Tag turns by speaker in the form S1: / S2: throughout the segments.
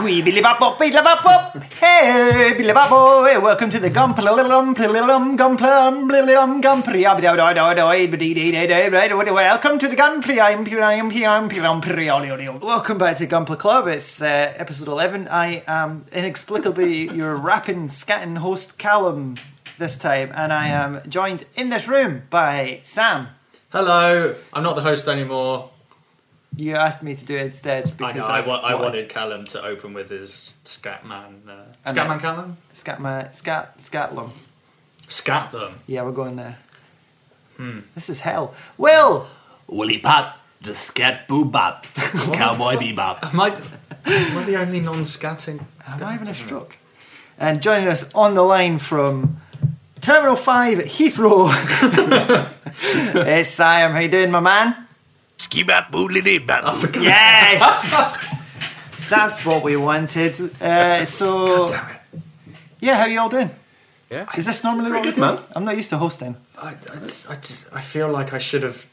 S1: bop, beat la bop, bop. Hey, beat la bop, oh, hey, welcome to the gump, la lum, pla la lum, gump, la lum, bla la lum, gump, re- ab- da- da- da- da- eh, ba- dee- dee- dee- dee- right, wa- Welcome to the Gump. I'm P- I'm P- I'm P- I'm P- ollie, ollie, ollie. Welcome back to Gumpler Club. It's uh, episode 11. I am inexplicably your rapping, scatting host, Callum, this time, and I am joined in this room by Sam.
S2: Hello, I'm not the host anymore.
S1: You asked me to do it instead
S2: I
S1: because
S2: know, I, wa- I
S1: wanted-
S2: wanted Callum to open with his Scatman. Uh,
S1: And
S2: Scatman
S1: then-
S2: Callum?
S1: Scat my scat scatlum.
S2: Scat them.
S1: Yeah, we're going there.
S3: Hmm.
S1: This is hell. Will
S3: Willy Pop, the Scat Boo Bop, Cowboy Bebop.
S2: Am I, am I the only non scatting?
S1: am I having a stroke? And joining us on the line from Terminal Five at Heathrow. it's Sam. How you doing, my man?
S3: Skibap Boo Lily Bop.
S1: Yes. That's what we wanted. Uh, so, yeah, how you all doing?
S3: Yeah.
S1: Is this normally what we
S3: Pretty
S1: do?
S3: good, man.
S1: I'm not used to hosting.
S2: I, I, it's- I just, I feel like I should have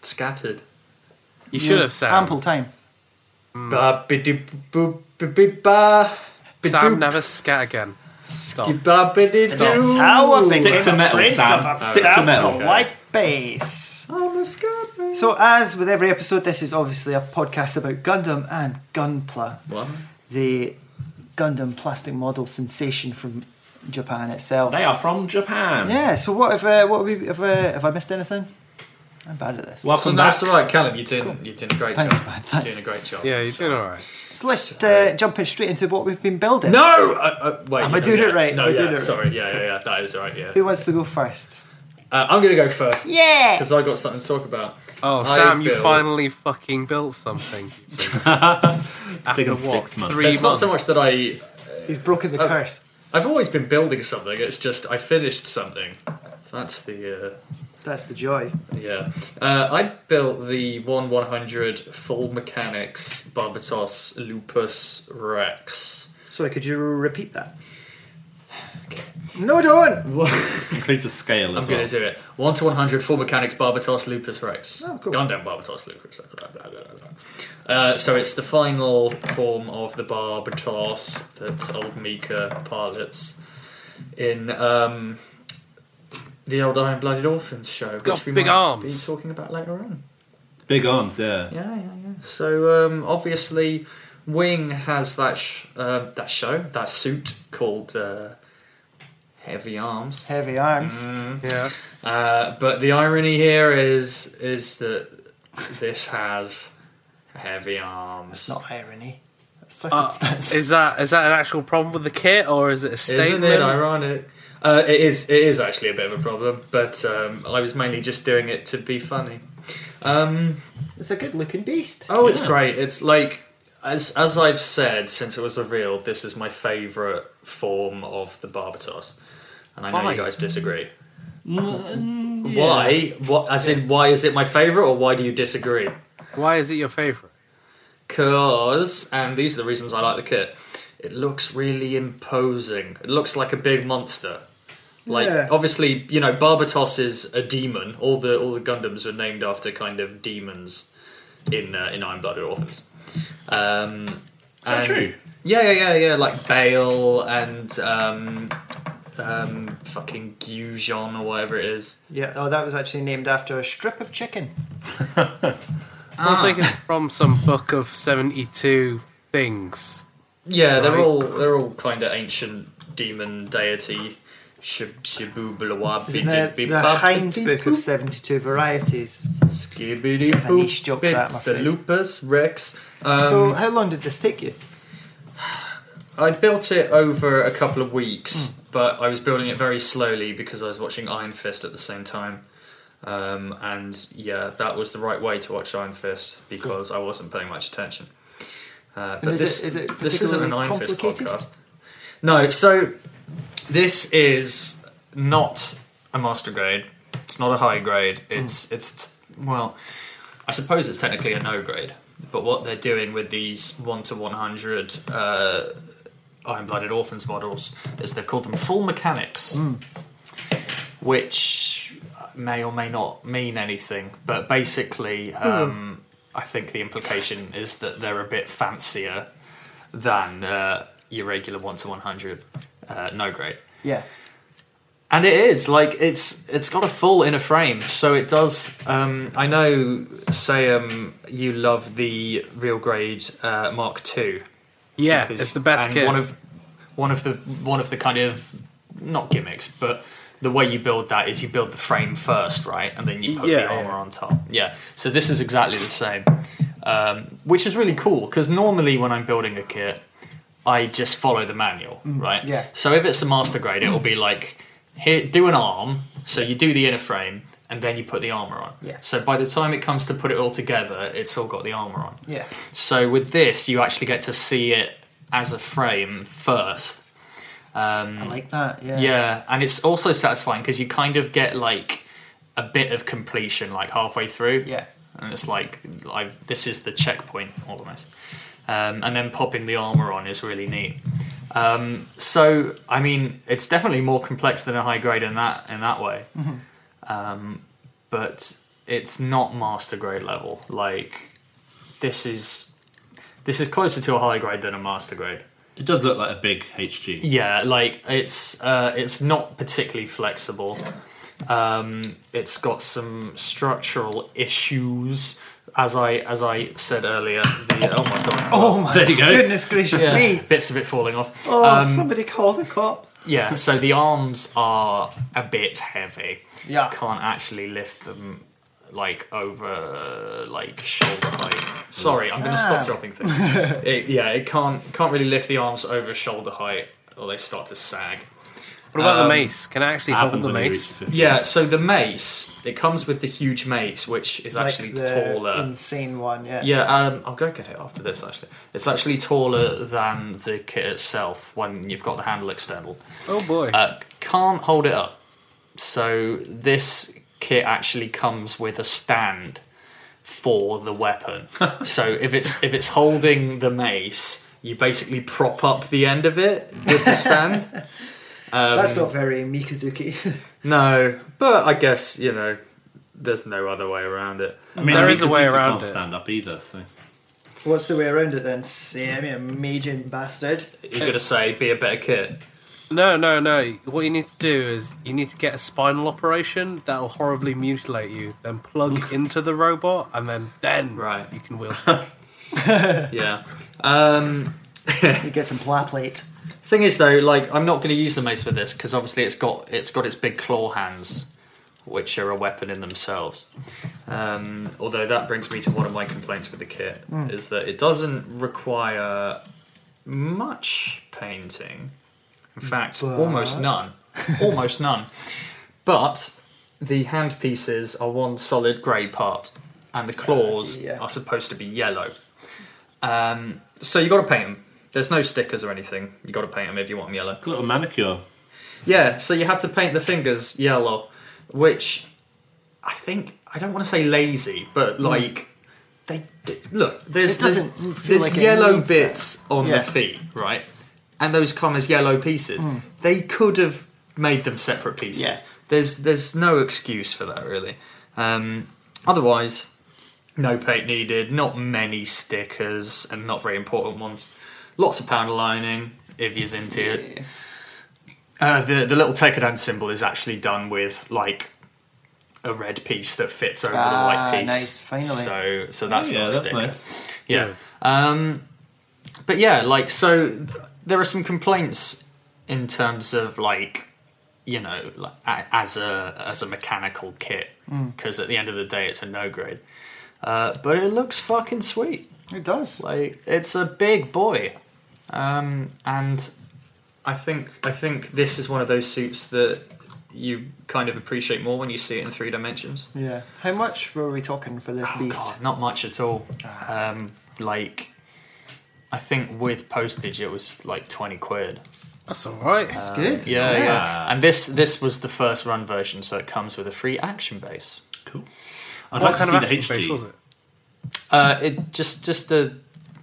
S2: scattered.
S4: You should have Sam.
S1: Ample time.
S2: Ba bidi boo boo boo ba.
S4: Sam never scat again. Stop.
S2: Ba bidi
S1: That's
S2: doo.
S1: how I'm
S3: Stick
S1: thinking
S3: to metal,
S1: Prince
S3: Sam.
S1: of a
S3: Stick to
S1: stout
S3: metal.
S1: Like bass.
S2: I'm a scatman.
S1: So, as with every episode, this is obviously a podcast about Gundam and Gunpla,
S2: What?
S1: the Gundam plastic model sensation from Japan itself.
S3: They are from Japan.
S1: Yeah. So, what if uh, what have, we, have, uh, have I missed anything? I'm bad at this.
S2: So
S3: Welcome back.
S2: that's all right, Callum. You're doing, you're doing a great
S1: Thanks,
S2: job.
S1: man,
S2: You're
S1: thanks.
S2: doing a great job.
S4: Yeah, you're doing alright.
S1: so let's uh, jump in straight into what we've been building.
S2: No! Uh, uh, wait,
S1: Am
S2: you
S1: I
S2: know,
S1: doing
S2: yeah.
S1: it right?
S2: No,
S1: Am I
S2: yeah,
S1: doing it right?
S2: sorry. Yeah, yeah, yeah. That is right, yeah.
S1: Who wants to go first?
S2: Uh, I'm going to go first.
S1: Yeah.
S2: Because I got something to talk about.
S4: Oh,
S2: I
S4: Sam, you
S2: built-
S4: finally fucking built something. After
S3: Taken
S4: what?
S3: six months.
S4: Three
S2: It's not
S4: months.
S2: so much that I.
S1: He's broken the curse.
S2: I've always been building something. It's just I finished something. That's the uh,
S1: That's the joy.
S2: yeah. Uh, I built the one one hundred full mechanics Barbatos Lupus Rex.
S1: Sorry, could you repeat that? No, don't.
S3: Include the scale as
S2: I'm gonna
S3: well.
S2: do it. One to one hundred full mechanics Barbatos Lupus Rex.
S1: Oh, cool.
S2: Gundam Barbatos Lupus Rex. Blah, blah, blah, blah. Uh, so it's the final form of the Barbatos that old Mika pilots in um, the old Iron Blooded Orphans show,
S4: got
S2: which we
S4: big
S2: might
S4: arms.
S2: be talking about later on.
S3: Big arms, yeah.
S2: Yeah, yeah, yeah. So um, obviously, Wing has that sh- uh, that show that suit called uh, Heavy Arms.
S1: Heavy arms.
S4: Yeah.
S2: Uh, but the irony here is is that this has heavy arms.
S1: Not irony. That's
S4: Uh,
S1: circumstance.
S4: is that is that an actual problem with the kit or is it a
S2: Isn't
S4: statement?
S2: it ironic? Uh, it is. It is actually a bit of a problem, but um, I was mainly just doing it to be funny. Um,
S1: it's a good-looking beast.
S2: oh, it's
S3: Yeah.
S2: great. It's like as as I've said since it was revealed, this is my favourite form of the Barbatos, and I know
S4: Why?
S2: you guys disagree.
S3: Mm, yeah.
S2: Why? What? As in, why is it my favourite, or why do you disagree?
S4: Why is it your favourite?
S2: Cause, and these are the reasons I like the kit. It looks really imposing. It looks like a big monster. Like
S1: Yeah.
S2: obviously, you know, Barbatos is a demon. All the all the Gundams were named after kind of demons in uh, in Iron Blooded Orphans. Um,
S3: that
S2: and-
S3: true?
S2: Yeah, yeah, yeah, yeah. Like Bale and um, um, fucking Gujon or whatever it is.
S1: Yeah, oh, that was actually named after a strip of chicken.
S2: Ah.
S4: I'll take it from some book of seventy-two things.
S2: Yeah, they're
S4: Right.
S2: all they're all kind of ancient demon deity. Shib- shibubulawab-
S1: Isn't the, the
S2: bibibab-
S1: Heinz book of 72 varieties.
S2: Skibbity
S1: a niche joke,
S2: boop,
S1: that,
S2: bits
S1: my
S2: a
S1: friend.
S2: lupus rex. Um,
S1: so, how long did this take you?
S2: I built it over a couple of weeks,
S1: Hmm.
S2: but I was building it very slowly because I was watching Iron Fist at the same time. Um, and yeah, that was the right way to watch Iron Fist because I wasn't paying much attention. Uh, but
S1: is
S2: this
S1: it- is it
S2: this isn't an
S1: particularly
S2: Iron Fist
S1: complicated?
S2: podcast. No, so this is not a master grade. It's not a high grade.
S1: Hmm.
S2: It's it's well, I suppose it's technically a no grade. But what they're doing with these one to one hundred uh, Iron Blooded Orphans models is they've called them full mechanics, which may or may not mean anything. But basically, um, I think the implication is that they're a bit fancier than uh, your regular one to one hundred uh, no grade.
S1: Yeah.
S2: And it is like it's it's got a full inner frame, so it does. Um, I know, say, um, you love the real grade uh, Mark II.
S4: Yeah,
S2: because-
S4: it's the best
S2: and
S4: kit.
S2: One of one of the one of the kind of not gimmicks, but the way you build that is you build the frame first, right, and then you put
S4: Yeah,
S2: the
S4: yeah.
S2: armor on top. Yeah. So this is exactly the same, um, which is really cool because normally when I'm building a kit, I just follow the manual,
S4: Mm,
S2: right?
S1: yeah.
S2: So if it's a master grade, it'll be like here, do an arm. So you do the inner frame. And then you put the armor on.
S1: Yeah.
S2: So by the time it comes to put it all together, it's all got the armor on.
S1: Yeah.
S2: So with this, you actually get to see it as a frame first.
S1: I
S2: Um,
S1: like that. Yeah.
S2: yeah, and it's also satisfying because you kind of get like a bit of completion like halfway through.
S1: Yeah.
S2: and it's like i this is the checkpoint almost. Um, and then popping the armor on is really neat. Um, so I mean, it's definitely more complex than a high grade in that in that way. Um, but it's not master grade level. Like this is this is closer to a high grade than a master grade.
S3: It does look like a big HG.
S2: Yeah, like it's uh, it's not particularly flexible. Um, it's got some structural issues, as I as I said earlier. The, oh my god!
S1: Oh my
S3: There you go.
S1: goodness gracious
S2: Yeah,
S1: me.
S2: bits of it falling off.
S1: Oh, somebody call the cops.
S2: Yeah, so the arms are a bit heavy.
S1: Yeah.
S2: can't actually lift them like over like shoulder height. Sorry, I'm going to
S1: Sam.
S2: stop dropping things. it, yeah, it can't can't really lift the arms over shoulder height, or they start to sag.
S4: what about
S2: um,
S4: the mace? Can I actually hold
S3: Happens
S4: the
S3: when you
S4: mace?
S3: reach 50.
S2: Yeah, so the mace, it comes with the huge mace, which is
S1: Like
S2: actually
S1: the
S2: taller.
S1: insane one. Yeah.
S2: yeah, um, I'll go get it after this, actually. It's actually taller than the kit itself when you've got the handle external.
S4: Oh boy.
S2: Uh, can't hold it up. So this kit actually comes with a stand for the weapon. so if it's if it's holding the mace, you basically prop up the end of it with the stand.
S1: That's not very Mikazuki.
S2: No, but I guess you know, there's no other way around it.
S3: I mean,
S4: There
S3: I
S4: is a
S3: guess
S4: way
S3: you can't
S4: around it.
S3: stand up either, so.
S1: What's the way around it then? Sammy, a majin bastard.
S2: You're gonna say be a better kid.
S4: no, no, no. What you need to do is you need to get a spinal operation that'll horribly mutilate you, then plug into the robot, and then then
S2: Right.
S4: you can wield.
S2: Yeah. Um,
S1: You get some plat plate.
S2: thing is though, like I'm not gonna use the mace for this because obviously it's got it's got its big claw hands, which are a weapon in themselves. Um, although that brings me to one of my complaints with the kit is that it doesn't require much painting. In fact, almost none. Almost none. But the hand pieces are one solid grey part, and the claws
S1: Yeah.
S2: are supposed to be yellow. Um, so you got to paint them. There's no stickers or anything. You got to paint them if you want them yellow.
S3: A little manicure.
S2: Yeah, so you have to paint the fingers yellow, which I think I don't want to say lazy, but like they, d look. There's
S1: Hmm. It doesn't
S2: there's,
S1: feel
S2: there's
S1: like it
S2: yellow
S1: needs that.
S2: bits on
S1: Yeah. Hmm.
S2: the feet, right? And those come as yellow pieces. They could have made them separate pieces.
S1: Yeah.
S2: There's there's no excuse for that really. Um, otherwise, no paint needed. Not many stickers and not very important ones. Lots of powder lining if you're into it. Uh, the the little Tekadon symbol is actually done with like a red piece that fits over
S1: Ah,
S2: the white piece.
S1: nice, finally.
S2: So so that's
S3: yeah,
S2: not a
S3: that's
S2: sticker.
S3: nice.
S2: Yeah. Um, but yeah, like so, th- there are some complaints in terms of like you know like, a- as a as a mechanical kit
S1: Mm.
S2: because at the end of the day it's a no grade. Uh, but it looks fucking sweet.
S1: It does.
S2: Like it's a big boy, um, and I think I think this is one of those suits that you kind of appreciate more when you see it in three dimensions.
S1: Yeah. How much were we talking for this
S2: Oh
S1: beast?
S2: god, not much at all. Um, like I think with postage it was like twenty quid.
S4: That's all right.
S3: Uh,
S1: That's good.
S2: Yeah, yeah, And this this was the first run version, so it comes with a free action base.
S3: Cool. I'd
S4: what
S3: like
S4: kind
S3: to
S4: of
S3: see
S4: action
S3: the
S4: base
S3: HG.
S4: was it?
S2: Uh, it just just a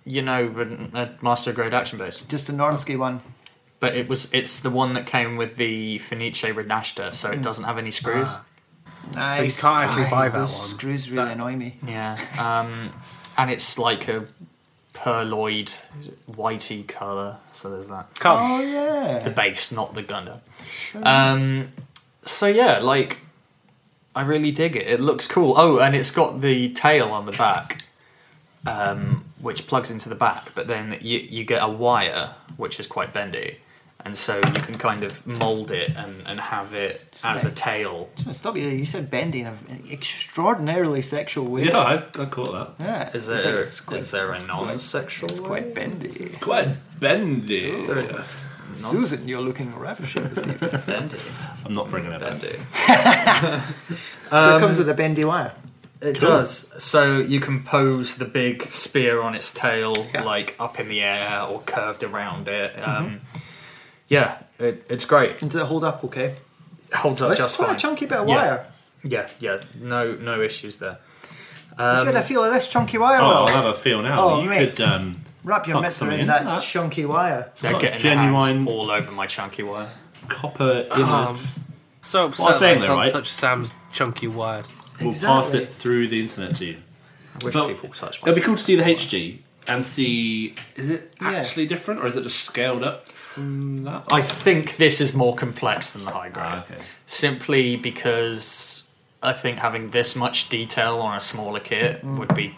S2: you know an- a master grade action base.
S1: Just a Normsky one.
S2: But it was it's the one that came with the Fenice Renashta, so it doesn't have any screws.
S1: Nice.
S4: you can't actually
S1: Aye,
S4: buy that
S1: those
S4: one.
S1: Screws really annoy me.
S2: Yeah. Um, and it's like a perloid, whitey colour. So there's that.
S4: Come.
S1: Oh yeah.
S2: the base, not the Gundam. Um, so yeah, like I really dig it. It looks cool. Oh, and it's got the tail on the back, um, which plugs into the back. But then you you get a wire which is quite bendy, and so you can kind of mold it and, and have it as a tail.
S1: I'm gonna Stop you there. You said bendy in an extraordinarily sexual way.
S3: Yeah, I, I caught that.
S1: Yeah.
S2: Is
S1: It's
S2: there
S1: like-
S2: is
S1: it's quite-
S2: there a non-sexual?
S1: It's quite bendy.
S3: It's quite bendy.
S1: Susan, you're looking ravishing this evening.
S2: bendy.
S3: I'm not bringing it back.
S2: Bendy.
S1: so
S3: Um,
S1: it comes with a bendy wire.
S2: It does. So you can pose the big spear on its tail,
S1: Yeah. Mm-hmm.
S2: like up in the air or curved around it. Um, Yeah, it, it's great.
S1: And does it hold up okay?
S2: It holds up
S1: That's
S2: just
S1: quite
S2: fine.
S1: a chunky bit of
S2: Yeah.
S1: wire.
S2: Yeah, yeah, no, no issues there. Um,
S1: Let's get a feel of this chunky wire.
S3: Oh,
S1: Will.
S3: I'll have a feel now.
S1: Oh,
S3: you
S1: mate.
S3: could. Um,
S1: Wrap your
S3: Fuck
S1: mitts
S3: something
S1: around
S3: into
S1: that,
S3: that.
S1: chunky wire.
S2: They're
S3: got
S2: getting their hands
S3: genuine-
S2: all over my chunky wire.
S3: copper inlet
S4: Um, So upset
S3: Well, I'm saying
S4: that
S3: though,
S4: I can't
S3: right?
S4: touch Sam's chunky wire.
S3: will pass
S1: Exactly.
S3: it through the internet to you.
S2: I wish
S3: But-
S2: people touched my.
S3: It'll be cool to see the HG and see is it
S1: Yeah.
S3: actually different or is it just scaled up from that?
S2: I think this is more complex than the high grade,
S3: Ah, okay.
S2: simply because I think having this much detail on a smaller kit
S1: Mm.
S2: would be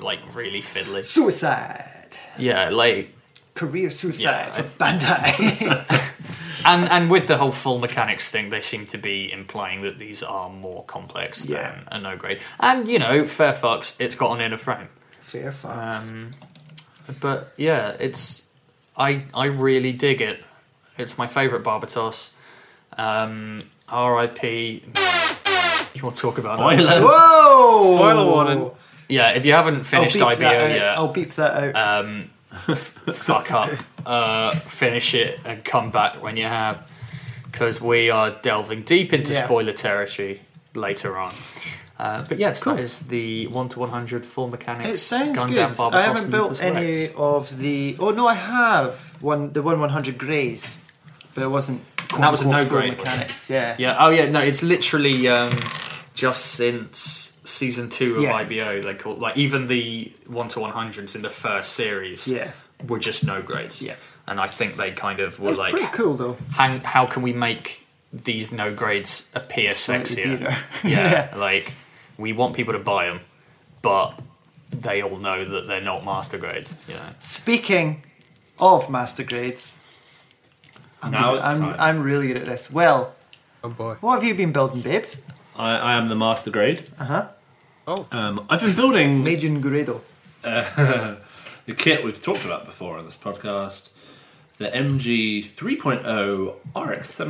S2: like really fiddly.
S1: Suicide.
S2: Yeah, like
S1: Career suicide
S2: Yeah, I-
S1: for Bandai.
S2: And and with the whole full mechanics thing, they seem to be implying that these are more complex
S1: Yeah.
S2: than a no grade. And you know, fair fucks, it's got an inner frame.
S1: Fair fucks.
S2: Um, But yeah, it's I I really dig it. It's my favourite Barbatos. Um, R.I.P. We'll talk
S3: Oh,
S2: about that.
S3: Spoilers.
S1: Whoa!
S4: Spoiler warning.
S2: Yeah, if you haven't
S1: I'll
S2: finished
S1: Oh, beep
S2: IBO
S1: that uh, out.
S2: yet,
S1: I'll beep that out.
S2: um, fuck up, uh, finish it, and come back when you have, because we are delving deep into
S1: Yeah.
S2: spoiler territory later on. Uh, but yes, that is the one to one hundred full mechanics.
S1: it sounds
S2: Gundam
S1: good.
S2: Barbatos
S1: I haven't
S2: and
S1: built
S2: Lupus
S1: any
S2: Rex.
S1: of the. Oh no, I have one. The one 100 greys, but it wasn't.
S2: And that was a
S1: quote,
S2: no
S1: full
S2: grey, wasn't it?
S1: mechanics. Yeah.
S2: Yeah. Oh yeah. No, it's literally um, just since season two of
S1: Yeah.
S2: IBO. They call like even the one to one hundreds in the first series.
S1: Yeah.
S2: Were just no grades.
S1: Yeah.
S2: And I think they kind of were
S1: It's
S2: like
S1: pretty cool though.
S2: how, how can we make these no grades appear sexier?
S1: dearer.
S2: yeah, like we want people to buy them, but they all know that they're not master grades. You know,
S1: Speaking of master grades, I'm,
S3: Now
S1: good-
S3: it's
S1: I'm,
S3: time.
S1: I'm really good at this. Well,
S4: Oh boy.
S1: what have you been building, babes?
S3: I, I am the master grade.
S1: Uh huh.
S4: Oh,
S3: Um, I've been building
S1: Majin Guredo.
S3: the kit we've talked about before on this podcast, the MG 3.0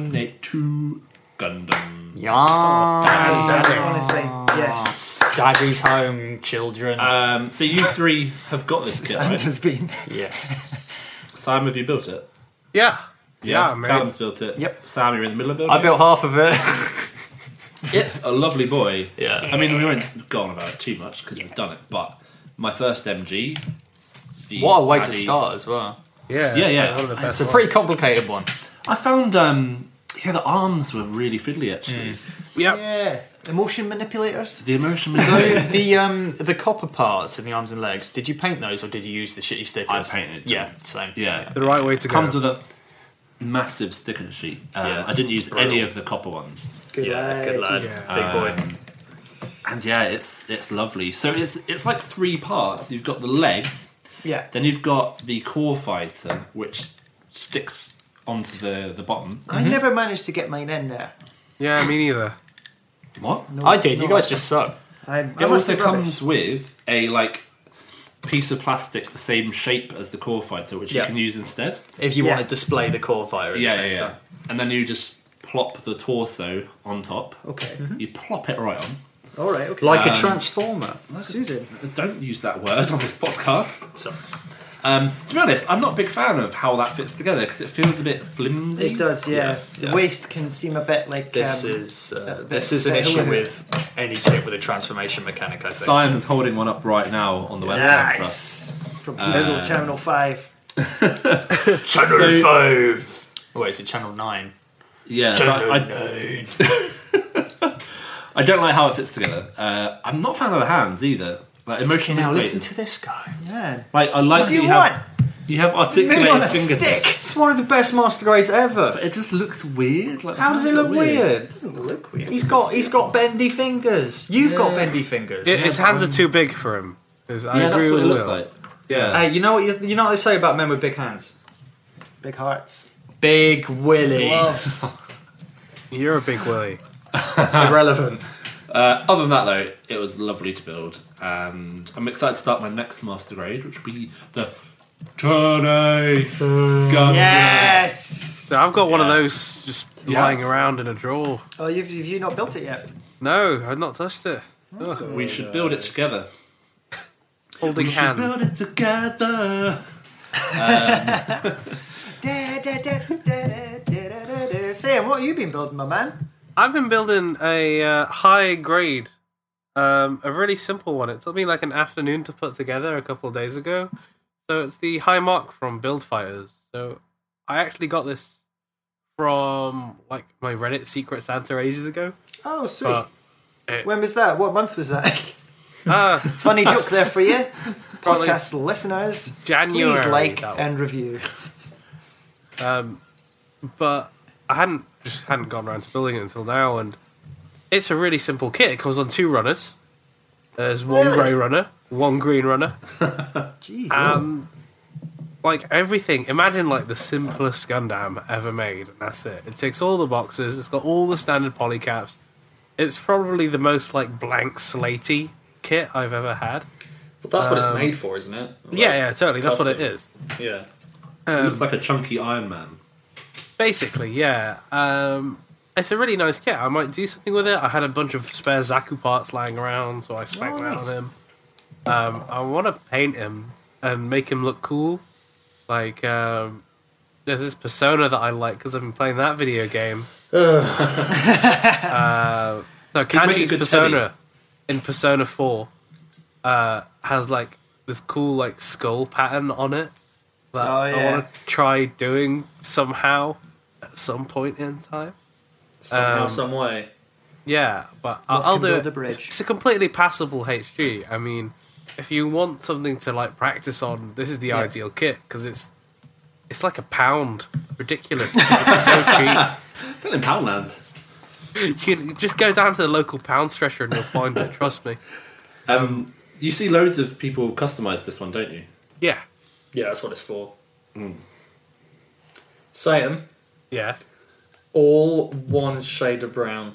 S3: RX782 Gundam.
S2: yeah, Ah.
S1: Honestly, yes.
S2: daddy's home, children.
S3: Um, so you three have got this kit, right?
S1: Santa's been.
S2: yes,
S3: Sam, have you built it?
S4: yeah. Yeah, mate.
S3: Callum's built it.
S1: Yep.
S3: Sam, you're in the middle of building.
S2: Ah, I built half of it.
S3: It's a lovely boy.
S2: Yeah.
S3: I mean, we won't go on about it too much because we've done it, but my first MG. The
S2: what a way to
S3: Paddy-
S2: start as well.
S4: Yeah.
S3: Yeah, yeah.
S4: One of the best
S2: It's a pretty complicated one.
S3: I found, um, yeah, the arms were really fiddly actually.
S2: Mm.
S4: Yeah.
S1: Yeah. Emotion manipulators.
S3: The emotion
S2: Those
S3: was
S2: the um the copper parts in the arms and legs. Did you paint those or did you use the shitty stickers?
S3: painted them.
S2: Yeah, same.
S3: yeah.
S4: The right way to
S3: It
S4: go.
S3: comes with a massive sticker sheet. Um,
S2: Yeah,
S3: I didn't
S2: it's
S3: use any
S2: brutal.
S3: of the copper ones.
S1: Good
S2: Yeah,
S1: lad.
S2: good lad,
S4: Yeah.
S2: big boy.
S3: Um, And yeah, it's it's lovely. So it's it's like three parts. You've got the legs,
S1: Yeah.
S3: then you've got the core fighter, which sticks onto the the bottom.
S1: I never managed to get mine in there.
S4: yeah, me neither.
S3: What?
S1: No,
S2: I did. You
S1: no,
S2: guys just suck.
S1: I, I
S3: It
S1: must
S3: also
S1: be rubbish.
S3: comes with a like piece of plastic the same shape as the core fighter, which
S2: Yeah.
S3: you can use instead.
S2: If you
S1: Yeah.
S2: want to display the core fire at
S3: Yeah,
S2: the
S3: yeah,
S2: same
S3: yeah.
S2: time.
S3: And then you just plop the torso on top.
S1: Okay.
S3: You plop it right on.
S1: All right. Okay.
S2: Like
S3: Um,
S2: a transformer.
S1: Susan.
S3: Don't use that word on this podcast.
S2: So,
S3: Um, to be honest, I'm not a big fan of how that fits together because it feels a bit flimsy.
S1: It does. Yeah.
S3: yeah.
S1: The waist can seem a bit like.
S2: this
S1: um,
S2: is uh,
S1: that-
S2: this
S1: that-
S2: is an
S1: that
S2: issue
S1: would-
S2: with any kit with a transformation mechanic. I think.
S3: Simon's holding one up right now on the webcam. for us.
S1: Nice. From Heathrow Terminal Five.
S2: channel
S3: So-
S2: five. Oh, wait, is it channel nine?
S3: Yeah, so
S2: channel
S3: I, I,
S2: nine.
S3: I don't like how it fits together. Uh, I'm not a fan of the hands either. Like emotionally
S2: Now
S3: weighted.
S2: listen to this guy.
S1: Yeah.
S3: Like I like
S1: What
S3: that
S1: do you
S3: you have
S1: want?
S3: you have
S1: Moving on a
S3: articulated fingers.
S1: stick.
S2: It's one of the best master grades ever.
S3: But it just looks weird. Like,
S2: How does it
S3: is
S2: look
S3: that
S2: weird?
S1: Doesn't look weird.
S2: He's got he's got bendy fingers. You've got
S3: Yeah.
S2: bendy fingers.
S4: His- His hands are too big for him. Is- I
S3: Yeah,
S4: agree
S3: that's what
S4: with
S3: it looks
S4: Will.
S3: like.
S2: Uh,
S4: Yeah.
S2: you know what you, you know what they say about men with big hands?
S1: Big hearts.
S2: Big willies.
S4: You're a big Willy.
S2: Irrelevant.
S3: Uh, other than that, though, it was lovely to build, and I'm excited to start my next master grade, which will be the Tornado Gun.
S1: Yes.
S4: So I've got one of
S3: Yeah.
S4: those just
S3: Yeah.
S4: lying around in a drawer.
S1: Oh, you've, you've you not built it yet?
S4: No, I've not touched it. Ugh.
S3: We should build it together.
S4: Holding hands.
S3: Build it together.
S1: Da, da, da, da, da, da, da, da, da. Sam, what have you been building, my man?
S4: I've been building a uh, high grade, um, a really simple one. It took me like an afternoon to put together a couple of days ago. So it's the high mark from Build Fighters. So I actually got this from like my Reddit Secret Santa ages ago.
S1: Oh, sweet.
S4: But it-
S1: when was that? What month was that?
S4: Ah,
S1: Funny joke there for you,
S4: Probably-
S1: podcast listeners.
S4: January,
S1: Please like
S4: that one.
S1: and review.
S4: Um, but I hadn't just hadn't gone around to building it until now, and it's a really simple kit. It comes on two runners. There's one
S1: Really?
S4: grey runner, one green runner.
S1: Jeez.
S4: Um, like everything. Imagine like the simplest Gundam ever made, and that's it. It ticks all the boxes. It's got all the standard polycaps. It's probably the most like blank slatey kit I've ever had.
S2: But that's
S3: Um,
S2: what it's made for, isn't it?
S4: yeah, yeah, totally. That's what it
S2: custom.
S4: is.
S2: yeah.
S3: It looks like a chunky Iron Man.
S4: Basically, yeah. Um, it's a really nice kit. I might do something with it. I had a bunch of spare Zaku parts lying around, so I spanked
S1: Oh,
S4: that
S1: nice.
S4: on him. Um, I want to paint him and make him look cool. Like, um, there's this persona that I like because I've been playing that video game. uh, so
S3: making
S4: Kanji's
S3: good
S4: persona in Persona Four uh, has like this cool like skull pattern on it that
S1: Oh,
S4: I
S1: yeah.
S4: want to try doing somehow at some point in time.
S2: Somehow,
S3: Um,
S2: some way.
S4: Yeah, but I'll,
S1: Love
S4: I'll
S1: can
S4: do
S1: build
S4: it.
S1: a bridge.
S4: It's a completely passable HG. I mean, if you want something to like practice on, this is the ideal kit because it's it's like a pound. Ridiculous. it's so cheap.
S3: It's not in Poundland.
S4: You can just go down to the local pound stretcher and you'll find it. Trust me.
S3: Um, you see loads of people customize this one, don't you?
S4: Yeah.
S2: Yeah, that's what it's for.
S3: Hmm.
S2: Satan,
S4: Yeah.
S2: all one shade of brown.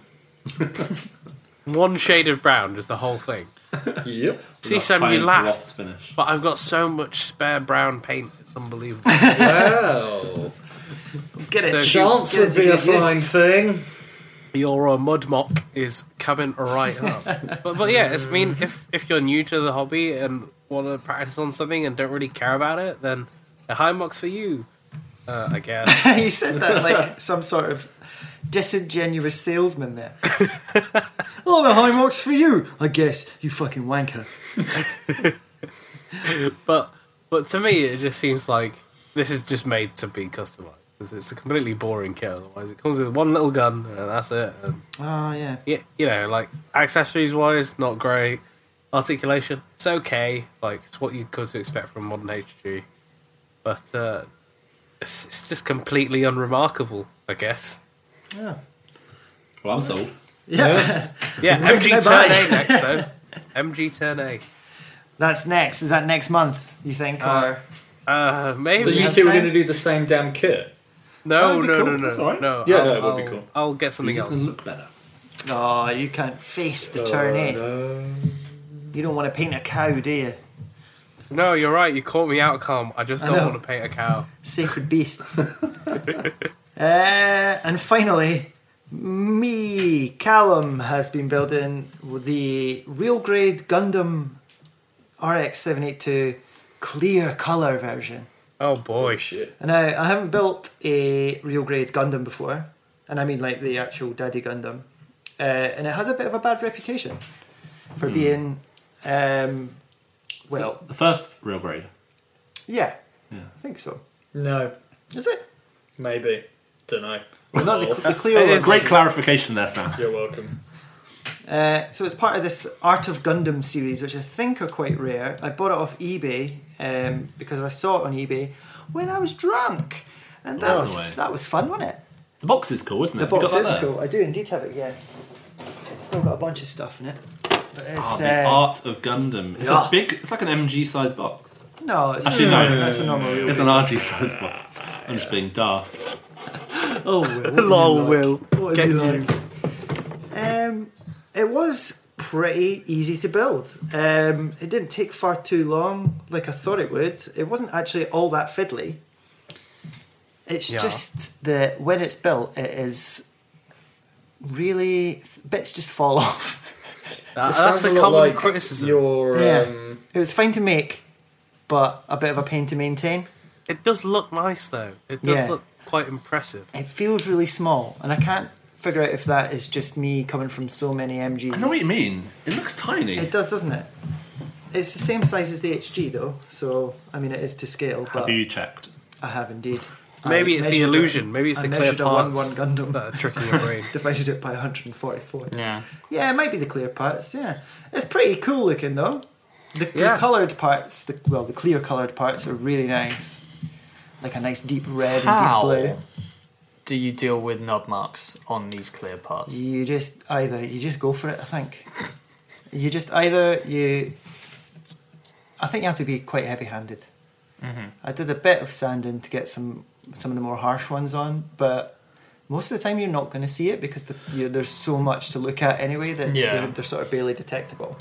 S4: One shade of brown is the whole thing.
S2: yep.
S4: See, Sam, you
S3: Fine
S4: laugh,
S3: loft finish.
S4: but I've got so much spare brown paint. It's unbelievable.
S2: Wow.
S1: get it.
S4: so-
S2: Chance
S1: Get it
S2: would be a
S1: together,
S2: fine
S1: yes.
S2: thing.
S4: the Aurora Mudmock uh, is coming right up. but but yeah, it's, I mean, if if you're new to the hobby and want to practice on something and don't really care about it, then a high mock's for you, uh, I guess.
S1: you said that like some sort of disingenuous salesman there. oh, the high marks for you, I guess. You fucking wanker.
S4: but but to me, it just seems like this is just made to be customized. 'cause It's a completely boring kit. Otherwise, it comes with one little gun and that's it. And
S1: Oh yeah.
S4: yeah, you know, like accessories wise, not great. Articulation, it's okay. Like it's what you go to expect from modern HG, but uh, it's, it's just completely unremarkable, I guess.
S1: Yeah.
S3: Well, I'm sold.
S1: Yeah.
S4: Yeah, MG
S1: can I
S4: Turn
S1: buy?
S4: A next though. MG Turn A.
S1: That's next. Is that next month? You think?
S4: Uh,
S1: or
S4: Uh, maybe
S2: So you
S1: have
S2: two are
S1: time?
S2: going to do the same damn kit.
S4: no,
S3: that'd be
S4: no,
S3: cool,
S4: no,
S3: that's
S4: no,
S3: alright.
S4: no.
S2: Yeah,
S4: I'll,
S2: no, it would be
S4: I'll-
S2: cool.
S4: I'll get something
S3: It's
S4: else.
S3: going to look better.
S1: oh, you can't face the tourney. You don't want to paint a cow, do you?
S4: No, you're right. You caught me out, calm. I just
S1: I
S4: don't
S1: know.
S4: want to paint a cow.
S1: Sacred beasts. uh, and finally, me, Callum, has been building the real grade Gundam RX 782 clear color version.
S4: Oh boy.
S2: shit.
S1: And I, I haven't built a real grade Gundam before, and I mean like the actual Daddy Gundam. Uh, and it has a bit of a bad reputation for being, um, well,
S3: The first real grade.
S1: yeah,
S3: Yeah.
S1: I think so.
S2: No,
S1: Is it?
S2: maybe. Don't know.
S1: Well, not the, the Cleo
S4: It
S1: one.
S4: is-
S3: Great clarification there, Sam.
S2: You're welcome.
S1: Uh, so it's part of this Art of Gundam series, which I think are quite rare. I bought it off eBay um, because I saw it on eBay when I was drunk, and that
S3: That's
S1: was
S3: the way.
S1: that was fun, wasn't it?
S3: The box is cool, isn't it?
S1: The box is cool. I do indeed have it. Yeah, it's still got a bunch of stuff in it. But it's,
S3: Ah, Oh, the
S1: uh,
S3: art of Gundam. It's
S1: yeah.
S3: a big. It's like an MG size box.
S1: no, it's
S3: Actually, no, no, no,
S1: that's a normal.
S3: It's an RG size box. I'm just being daft.
S1: Oh, Will, what do you
S4: Lol,
S1: like?
S4: Will.
S1: What
S4: Get
S1: is he
S4: you.
S1: like? Um, it was pretty easy to build. Um, it didn't take far too long, like I thought it would. It wasn't actually all that fiddly. It's
S4: Yeah.
S1: just that when it's built, it is really bits just fall off.
S4: That-
S2: sounds
S4: that's a
S2: lot
S4: common
S2: like
S4: criticism.
S2: Your
S1: Yeah.
S2: um,
S1: It was fine to make, but a bit of a pain to maintain.
S4: It does look nice though. It does
S1: Yeah.
S4: look quite impressive.
S1: It feels really small, and I can't figure out if that is just me coming from so many MGs.
S3: I know what you mean. It looks tiny.
S1: It does, doesn't it? It's the same size as the HG though, so I mean it is to scale. But
S3: Have you checked?
S1: I have indeed.
S4: Maybe
S1: I
S4: it's the
S1: measured it-
S4: illusion. Maybe it's
S1: I
S4: the clear
S1: measured a
S4: parts
S1: one-one Gundam.
S4: that are tricking your brain.
S1: Divided it by 144.
S2: yeah.
S1: Yeah, it might be the clear parts. Yeah, it's pretty cool looking though. The,
S4: Yeah.
S1: the coloured parts, the, well, the clear coloured parts are really nice, like a nice deep red
S2: How
S1: and deep blue.
S2: do you deal with knob marks on these clear parts?
S1: You just either you just go for it. I think you just either you. I think you have to be quite heavy-handed. I did a bit of sanding to get some some of the more harsh ones on, but most of the time you're not going to see it because the, you, there's so much to look at anyway that
S2: Yeah.
S1: they're, they're sort of barely detectable.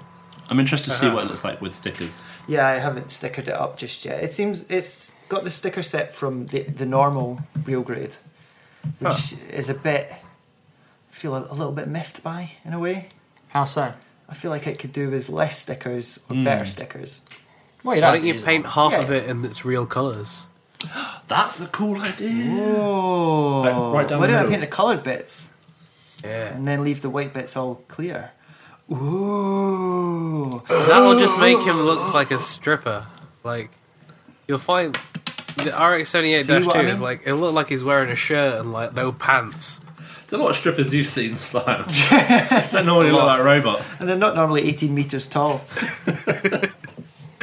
S3: I'm interested to see
S1: Uh-huh.
S3: what it looks like with stickers.
S1: Yeah, I haven't stickered it up just yet. It seems it's got the sticker set from the the normal real grade, which is a bit feel a, a little bit miffed by in a way.
S2: How so?
S1: I feel like it could do with less stickers or better stickers.
S2: Well, you
S4: Why
S2: have
S4: don't
S2: to
S4: you
S2: use
S4: paint half
S1: Yeah.
S4: of it in its real colours?
S3: That's a cool idea.
S1: Oh,
S3: Right- right down
S1: why
S3: the
S1: don't I
S3: middle.
S1: paint the coloured bits
S4: Yeah.
S1: and then leave the white bits all clear? Ooh,
S4: That'll just make him look like a stripper. Like you'll find the RX seventy eight
S1: See
S4: dash
S1: what
S4: two
S1: I
S4: is
S1: mean?
S4: like it'll look like he's wearing a shirt and like no pants.
S3: There's a lot of strippers you've seen, Simon. they normally look like robots.
S1: and they're not normally eighteen meters tall. so I
S4: I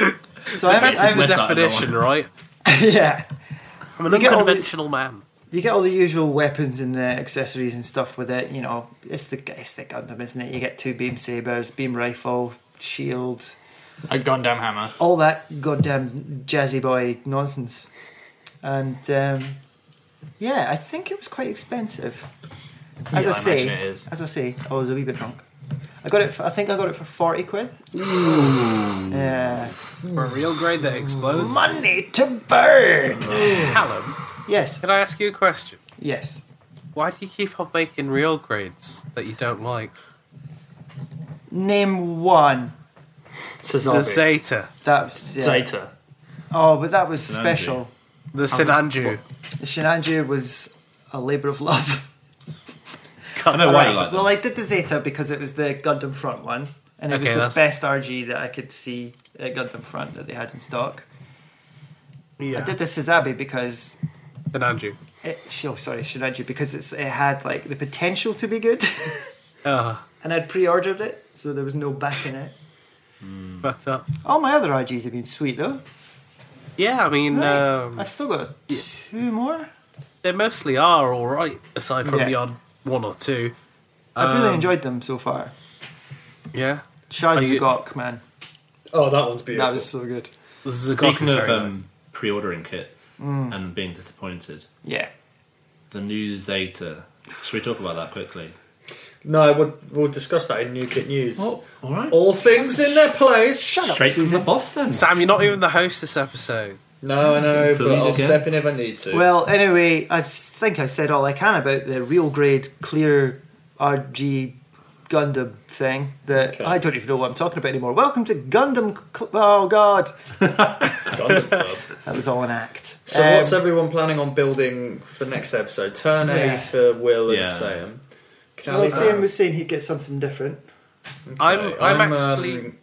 S1: haven't, I
S4: have the
S1: haven't,
S3: Website, I don't
S4: definition, right?
S1: yeah.
S4: I'm an
S1: You get all the-
S4: unconventional man.
S1: you get all the usual weapons and uh, accessories and stuff with it. You know, it's the it's the Gundam, isn't it? You get two beam sabers, beam rifle, shield,
S2: a Gundam hammer.
S1: all that goddamn jazzy boy nonsense. And um, yeah, I think it was quite expensive. As
S2: Yeah,
S1: I
S2: I
S1: say,
S2: imagine it is.
S1: as I say, I was a wee bit drunk. I got it. For, I think I got it for forty quid. Yeah,
S4: For a real grade that explodes.
S1: money to burn.
S4: Callum,
S1: Yes,
S4: can I ask you a question?
S1: yes.
S4: Why do you keep on making real grades that you don't like?
S1: Name one.
S4: The
S2: Sazabi.
S4: Zeta,
S1: That's yeah.
S2: Zeta.
S1: Oh, but that was
S3: Sinanji.
S1: special.
S4: the Sinanju.
S1: The Shinanju was a labour of love.
S3: I know why you like them.
S1: well, I did the Zeta because it was the Gundam Front one, and it
S4: Okay,
S1: was
S4: that's-
S1: the best RG that I could see at Gundam Front that they had in stock. I
S4: Yeah,
S1: did the Sazabi because
S4: Sinanju.
S1: it, oh, sorry, Shinanju because it's, it had like the potential to be good,
S4: Ugh,
S1: and I'd pre-ordered it, so there was no back in it.
S4: fucked up.
S1: All my other RGs have been sweet though.
S4: Yeah, I mean,
S1: Right?
S4: um,
S1: I've still got two more.
S4: they mostly are all right, aside from
S1: Yeah.
S4: the odd one or two.
S1: I've really
S4: Um,
S1: enjoyed them so far.
S4: Yeah,
S1: Shaz
S4: are you-
S1: Zugok, man,
S2: Oh, that one's beautiful.
S1: that was so good.
S4: this is a
S3: Speaking of
S4: very
S3: um,
S4: nice.
S3: pre-ordering kits
S1: Mm.
S3: and being disappointed,
S1: Yeah,
S3: the new Zeta. Should we talk about that quickly?
S2: No, we'll, we'll discuss that in New Kit News.
S3: all right.
S2: All things in their place. Shut
S3: Straight from the boss then.
S4: Sam, you're not even the host this episode.
S2: No, I know,
S3: Please
S2: but I'll
S3: again.
S2: step in if I need to.
S1: Well, anyway, I think I've said all I can about the real grade clear RG Gundam thing that
S2: Okay.
S1: I don't even know what I'm talking about anymore. Welcome to Gundam. Cl- oh, God.
S2: Gundam Club.
S1: That was all an act.
S2: so,
S1: Um,
S2: what's everyone planning on building for next episode? Turn A
S1: Yeah.
S2: for Will and
S3: Yeah.
S2: Sam.
S1: well,
S2: Caliban.
S1: Sam was saying he'd get something different.
S4: I'm, I'm, actually
S2: um,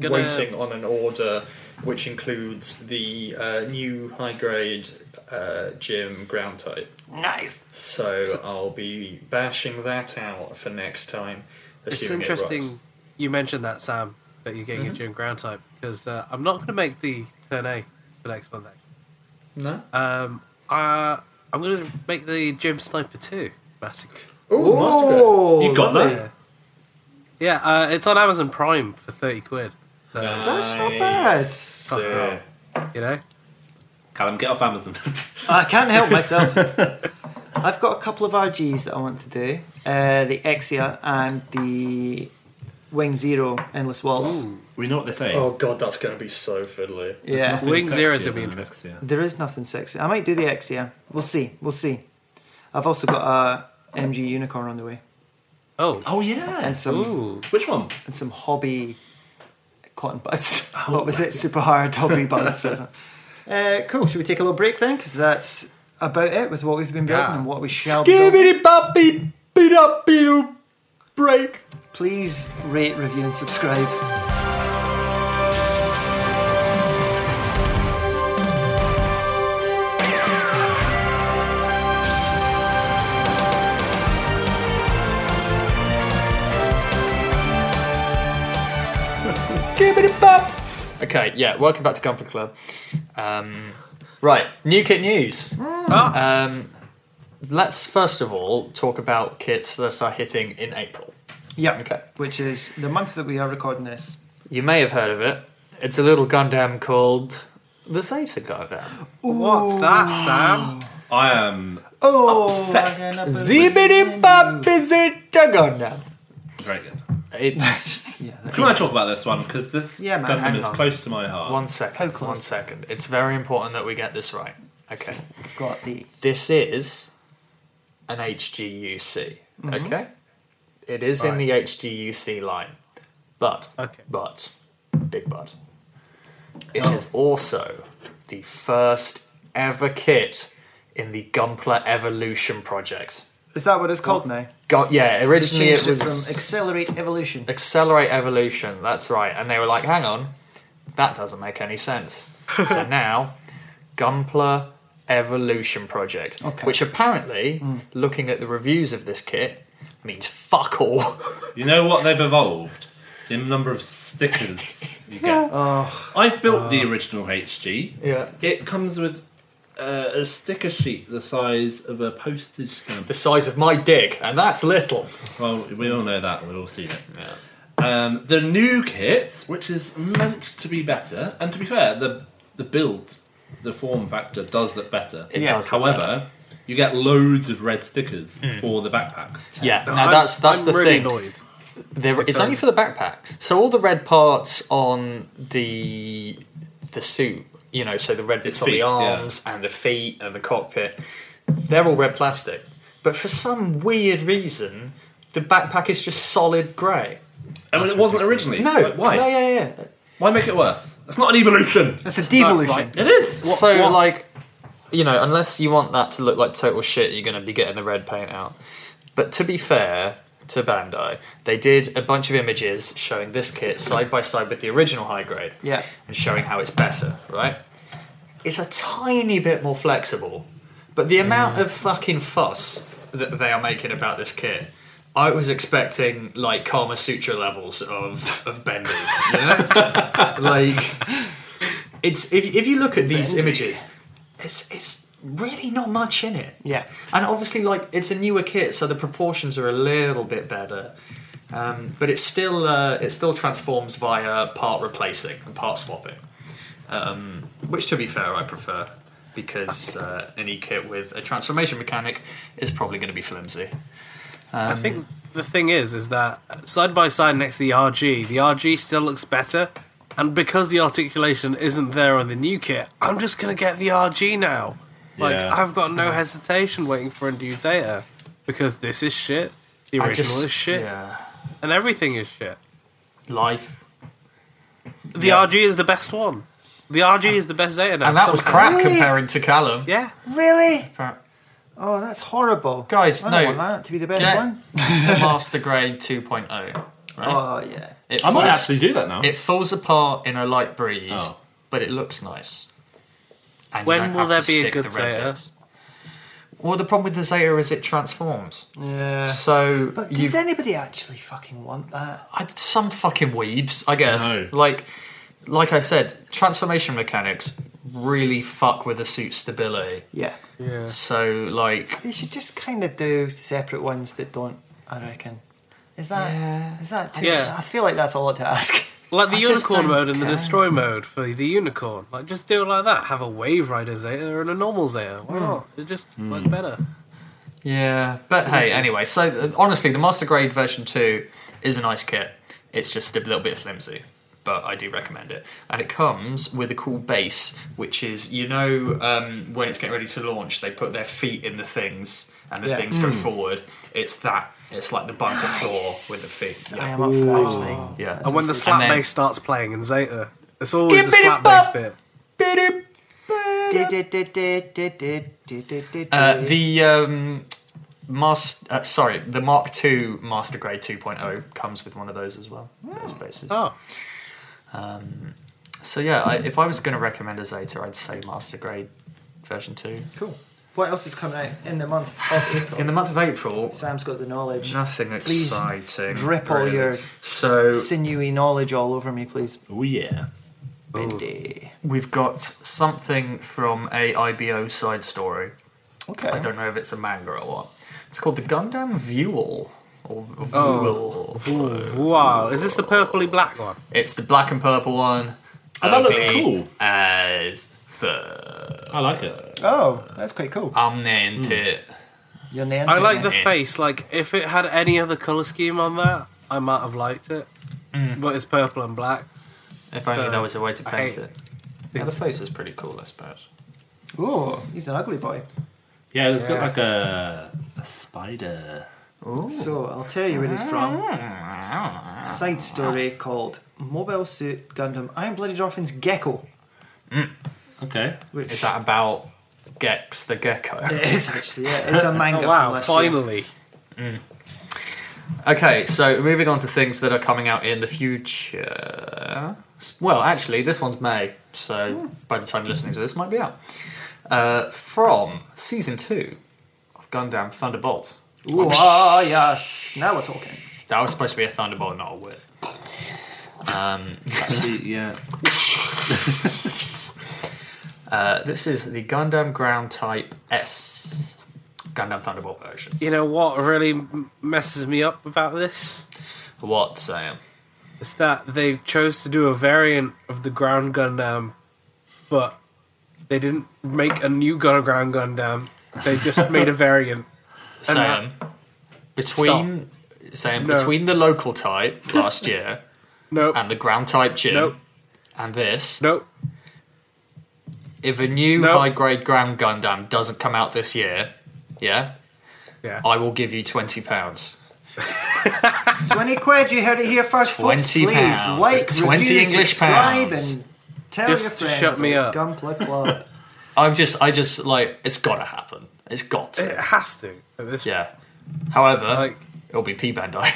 S4: gonna-
S2: waiting on an order which includes the uh, new high grade uh, gym ground type.
S1: Nice.
S2: So I'll be bashing that out for next time.
S4: It's
S2: assuming it works.
S4: interesting you mentioned that, Sam, that you're getting a June ground type because uh, I'm not going to make the turn A for next month. Actually.
S2: No.
S4: Um, uh, I'm going to make the Gym Sniper 2 Massacre.
S2: Ooh, Master Grade.
S1: Oh,
S3: You got
S1: lovely.
S3: that?
S4: Yeah, uh, it's on Amazon Prime for 30 quid. So,
S1: That's not
S2: Nice.
S4: bad.
S2: Yeah.
S4: You know?
S3: Callum, get off Amazon.
S1: I can't help myself. I've got a couple of RGs that I want to do uh, the Exia and the Wing Zero Endless Waltz.
S3: we know what they say.
S2: Oh god, that's going to be so fiddly.
S1: yeah.
S4: Wing Zero's gonna be
S3: interesting.
S1: There is nothing sexy. I might do the Exia. We'll see. We'll see. I've also got a MG Unicorn on the way
S4: Oh.
S3: Oh yeah.
S1: and some
S4: Ooh.
S3: Which one?
S1: and some hobby cotton buds. what was it? Super hard hobby buds. or something. uh, cool. Should we take a little break then? Because that's about it with what we've been building
S5: Yeah.
S1: and what we shall be building.
S2: boppy, beat up, beat break.
S1: Please rate, review, and subscribe. Skibbity bop.
S2: Okay, yeah, welcome back to Gunpla Club. Um, right, new kit news.
S4: Ah,
S2: Um, let's first of all talk about kits that are hitting in April.
S1: Yeah.
S2: Okay.
S1: Which is the month that we are recording this.
S2: You may have heard of it. It's a little Gundam called the Zeta Gundam.
S4: What's that, Sam?
S3: I am
S1: Oh,
S3: Upset.
S1: I'm gonna-
S2: Zibbidi Zeta Gundam.
S3: very good.
S2: It's
S1: Yeah, that-
S3: Can I talk about this one? Because this
S1: Yeah, man,
S2: hang
S3: Gundam is
S2: on.
S3: close to my heart.
S2: one
S1: How
S2: second.
S1: close?
S2: One second. It's very important that we get this right. Okay.
S1: I've got the
S2: this is an HGUC.
S1: Mm-hmm.
S2: Okay, it is in the HGUC line, but
S4: Okay.
S2: but big but it is
S1: Oh.
S2: also the first ever kit in the Gunpla Evolution project.
S1: Is that what it's called now?
S2: Got yeah, originally
S1: Changed
S2: it
S1: it
S2: was
S1: from Accelerate Evolution.
S2: Accelerate Evolution. That's right, and they were like, hang on, that doesn't make any sense. so now, Gunpla Evolution Project,
S1: Okay.
S2: which apparently, looking at the reviews of this kit, means fuck all.
S3: You know what they've evolved? The number of stickers you get. I've built the original HG.
S2: yeah.
S3: It comes with uh, a sticker sheet the size of a postage stamp.
S2: The size of my dick, and that's little.
S3: Well, we all know that. We've all seen it. Um, the new kit, which is meant to be better, and to be fair, the the build, the form factor does look better.
S2: It
S1: Yeah,
S2: does. look better. Hmm.
S3: However, you get loads of red stickers for the backpack.
S2: yeah. Now
S4: I'm-
S2: that's that's
S4: I'm
S2: the
S4: really
S2: thing.
S4: annoyed.
S2: There, it's only for the backpack. So all the red parts on the the suit, you know, so the red bits on
S3: feet,
S2: the
S3: yeah.
S2: arms and the feet and the cockpit, they're all red plastic. But for some weird reason, the backpack is just solid grey.
S3: I mean, it wasn't originally.
S2: No,
S3: Like, why?
S2: No, yeah, yeah. yeah.
S3: Why make it worse? That's not an evolution.
S1: That's a devolution.
S3: It is.
S2: so
S4: what-
S2: like, you know, unless you want that to look like total shit, you're going to be getting the red paint out. But to be fair to Bandai, they did a bunch of images showing this kit side by side with the original high grade.
S1: Yeah.
S2: and showing how it's better, right? It's a tiny bit more flexible, but the amount of fucking fuss that they are making about this kit, I was expecting like Kama Sutra levels of of bending, you know? like it's if if you look at these images, it's it's really not much in it.
S1: Yeah.
S2: And obviously, like it's a newer kit, so the proportions are a little bit better. Um, but it still uh, it still transforms via part replacing and part swapping, um, which to be fair I prefer because uh, any kit with a transformation mechanic is probably going to be flimsy.
S4: I think the thing is, is that side by side next to the RG, the RG still looks better. And because the articulation isn't there on the new kit, I'm just gonna get the RG now. Like
S3: Yeah.
S4: I've got no hesitation waiting for a new Zeta because this is shit. The
S2: I
S4: original
S2: just-
S4: is shit,
S2: Yeah,
S4: and everything is shit.
S2: life.
S4: The RG is the best one. The RG is the best Zeta now.
S2: And that was
S4: somehow.
S2: crap
S1: Really?
S2: comparing to Callum.
S4: Yeah,
S1: Really?
S2: Fair-
S1: Oh, that's horrible.
S2: Guys,
S1: I don't
S2: no.
S1: want that to be the best
S2: Yeah.
S1: one.
S2: Master Grade 2.0. Right?
S1: Oh yeah.
S2: It
S3: I might
S2: falls-
S3: actually do that now.
S2: It falls apart in a light breeze,
S3: Oh.
S2: but it looks nice. And you
S4: When
S2: don't
S4: will
S2: have to
S4: there be a
S2: stick
S4: good
S2: the red
S4: Zeta?
S2: bits. Well, the problem with the Zeta is it transforms.
S1: Yeah.
S2: So
S1: But does
S2: you
S1: anybody actually fucking want that?
S2: I, some fucking weebs, I guess.
S3: No.
S2: Like, like I said, transformation mechanics really fuck with the suit stability.
S1: Yeah.
S4: Yeah.
S2: So, like,
S1: They should just kind of do separate ones that don't. I reckon. Is that is that too?
S4: just-
S1: I feel like that's a lot to ask.
S4: Like the
S2: I just
S4: unicorn
S2: don't
S4: mode and the
S2: care.
S4: destroy mode for the unicorn. Like just do it like that. Have a wave rider Zeta and a normal Zeta. Why
S2: Hmm.
S4: not? It just worked better.
S2: yeah. But hey, anyway. So uh, honestly, the Master Grade version two is a nice kit. It's just a little bit flimsy, but I do recommend it. And it comes with a cool base, which is you know um, when it's getting ready to launch, they put their feet in the things and the
S1: Yeah.
S2: things go forward. It's that. It's like the bunker floor with the feet.
S1: I
S2: Yeah.
S1: am up for that actually.
S2: yeah.
S4: And when the slap
S2: then-
S4: bass starts playing in Zeta, it's always
S2: Give
S4: the
S2: me the
S4: slap bass
S2: bop.
S4: bit.
S2: Uh,
S1: The
S2: the um, master, uh, sorry, the Mark II Master Grade 2.0 comes with one of those as well. Those bases.
S4: Oh,
S2: So yeah, I, if I was going to recommend a Zeta, I'd say Master Grade version two.
S1: cool. What else is coming out in the month of April?
S2: In the month of April,
S1: Sam's got the knowledge.
S2: nothing
S1: Please
S2: exciting.
S1: drip all your
S2: so
S1: sinewy knowledge all over me, please.
S3: Oh yeah.
S1: Bendy.
S2: we've got something from a IBO side story.
S1: Okay.
S2: I don't know if it's a manga or what. It's called the Gundam Vuel. Or Vuel.
S1: Oh.
S4: wow. Is this the purpley black one?
S2: It's the black and purple one.
S3: Oh, that looks
S2: Ugly
S3: cool.
S2: As fuck.
S3: I like it.
S1: Oh, that's quite cool.
S2: I'm named it.
S1: Your name.
S4: I like the
S2: Yeah.
S4: face. Like, if it had any other color scheme on that, I might have liked it.
S2: Hmm.
S4: But it's purple and black.
S2: If only
S4: Uh,
S2: there was a way to
S4: I
S2: paint
S4: hate-
S2: it. Yeah, the face is pretty cool, I suppose.
S1: Oh, he's an ugly boy.
S3: Yeah, it's got
S4: Yeah.
S3: like a a spider.
S1: So I'll tell you where he's from. Side story called Mobile Suit Gundam Iron Blooded Orphans Gecko,
S3: Okay.
S1: which
S2: Is that about Gex the Gecko?
S1: it is actually yeah, it's a manga.
S4: Oh,
S1: from
S4: wow,
S1: last year.
S4: finally.
S2: okay, so moving on to things that are coming out in the future. S- Well, actually, this one's May, so by the time you're listening to this, it might be out. Uh, from season two of Gundam Thunderbolt.
S1: Ooh, ah, yes. Now we're talking.
S2: That was supposed to be a Thunderbolt, not a whip. Um,
S3: Actually, yeah.
S2: Uh, this is the Gundam Ground Type S, Gundam Thunderbolt version.
S4: You know what really m- messes me up about this?
S2: What, Sam?
S4: It's that they chose to do a variant of the ground Gundam, but they didn't make a new gun ground Gundam. They just made a variant.
S2: Sam, between Sam
S4: No.
S2: between the local type last year
S4: Nope.
S2: and the Ground Type Gym
S4: Nope.
S2: and this,
S4: Nope.
S2: if a new
S4: Nope.
S2: high grade Ground Gundam doesn't come out this year, yeah,
S4: Yeah.
S2: I will give you twenty pounds.
S1: 20 quid, you heard it here first, folks.
S2: 20
S1: Please
S2: pounds.
S1: like,
S2: 20
S1: review,
S2: English
S1: subscribe,
S2: pounds.
S1: and tell
S4: Just
S1: your friends.
S4: shut me
S1: about
S4: up.
S1: Gunpla Club.
S2: I'm just, I just like it's got to happen. It's got
S4: It
S2: to,
S4: has to at this
S2: yeah. However,
S4: Like-
S2: it'll be P Bandai.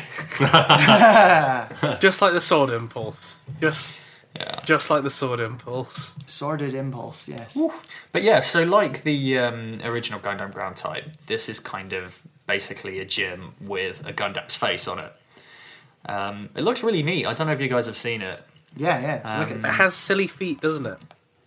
S4: Just like the sword impulse. Just
S2: yeah.
S4: just like the sword impulse.
S1: Sordid impulse, yes.
S2: But yeah, so like the um, original Gundam ground type, this is kind of basically a gym with a Gundam's face on it. Um, it looks really neat. I don't know if you guys have seen it.
S1: Yeah, yeah. look at
S4: It
S1: that.
S4: has silly feet, doesn't it?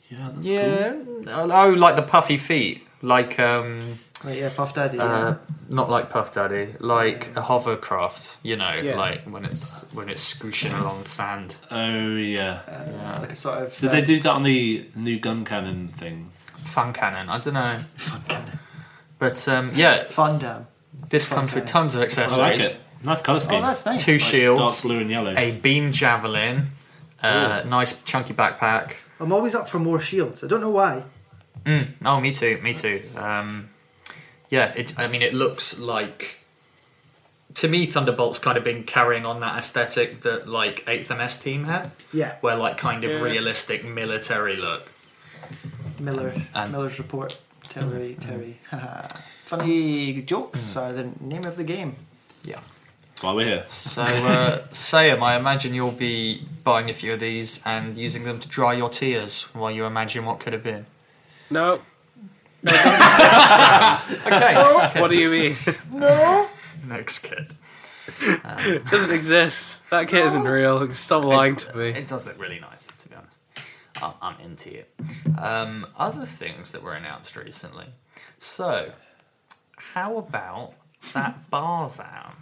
S3: Yeah, that's
S2: Oh, like the puffy feet, like um,
S1: Like, yeah, Puff Daddy.
S2: uh, not like Puff Daddy, like a hovercraft. You know,
S4: Yeah.
S2: like when it's when it's scooshing along sand.
S3: cool. Oh yeah.
S1: yeah. Like a sort of.
S3: Did
S1: uh,
S3: they do that on the new gun cannon things?
S2: Fun cannon. I don't know. Fun cannon. But um, yeah,
S1: Fun dam.
S2: this comes with tons of
S3: I
S2: accessories.
S3: like it. Nice colour
S1: Oh,
S3: scheme.
S1: that's nice.
S2: Two
S3: Dark
S2: shields.
S3: blue and yellow.
S2: a beam javelin, uh, nice chunky backpack.
S1: I'm always up for more shields. I don't know why.
S2: Oh, me too, me too. Um, yeah, it, I mean, it looks like to me Thunderbolt's kind of been carrying on that aesthetic that like Eighth MS team had,
S1: Yeah,
S2: where like kind of
S4: Yeah.
S2: realistic military look.
S1: Miller.
S2: And- Mm-hmm.
S1: Miller's report. Terry, Terry. Haha. Funny jokes
S2: Mm.
S1: are the name of the game.
S3: That's why we're here.
S2: So, uh, Sam, I imagine you'll be buying a few of these and using them to dry your tears while you imagine what could have been.
S4: No.
S2: Okay.
S4: What do you mean?
S2: Next kit.
S4: It doesn't exist. That kit isn't real. Stop lying to me.
S2: It does look really nice, to be honest. I'm, I'm into it. Um, other things that were announced recently. So, how about that Barzan?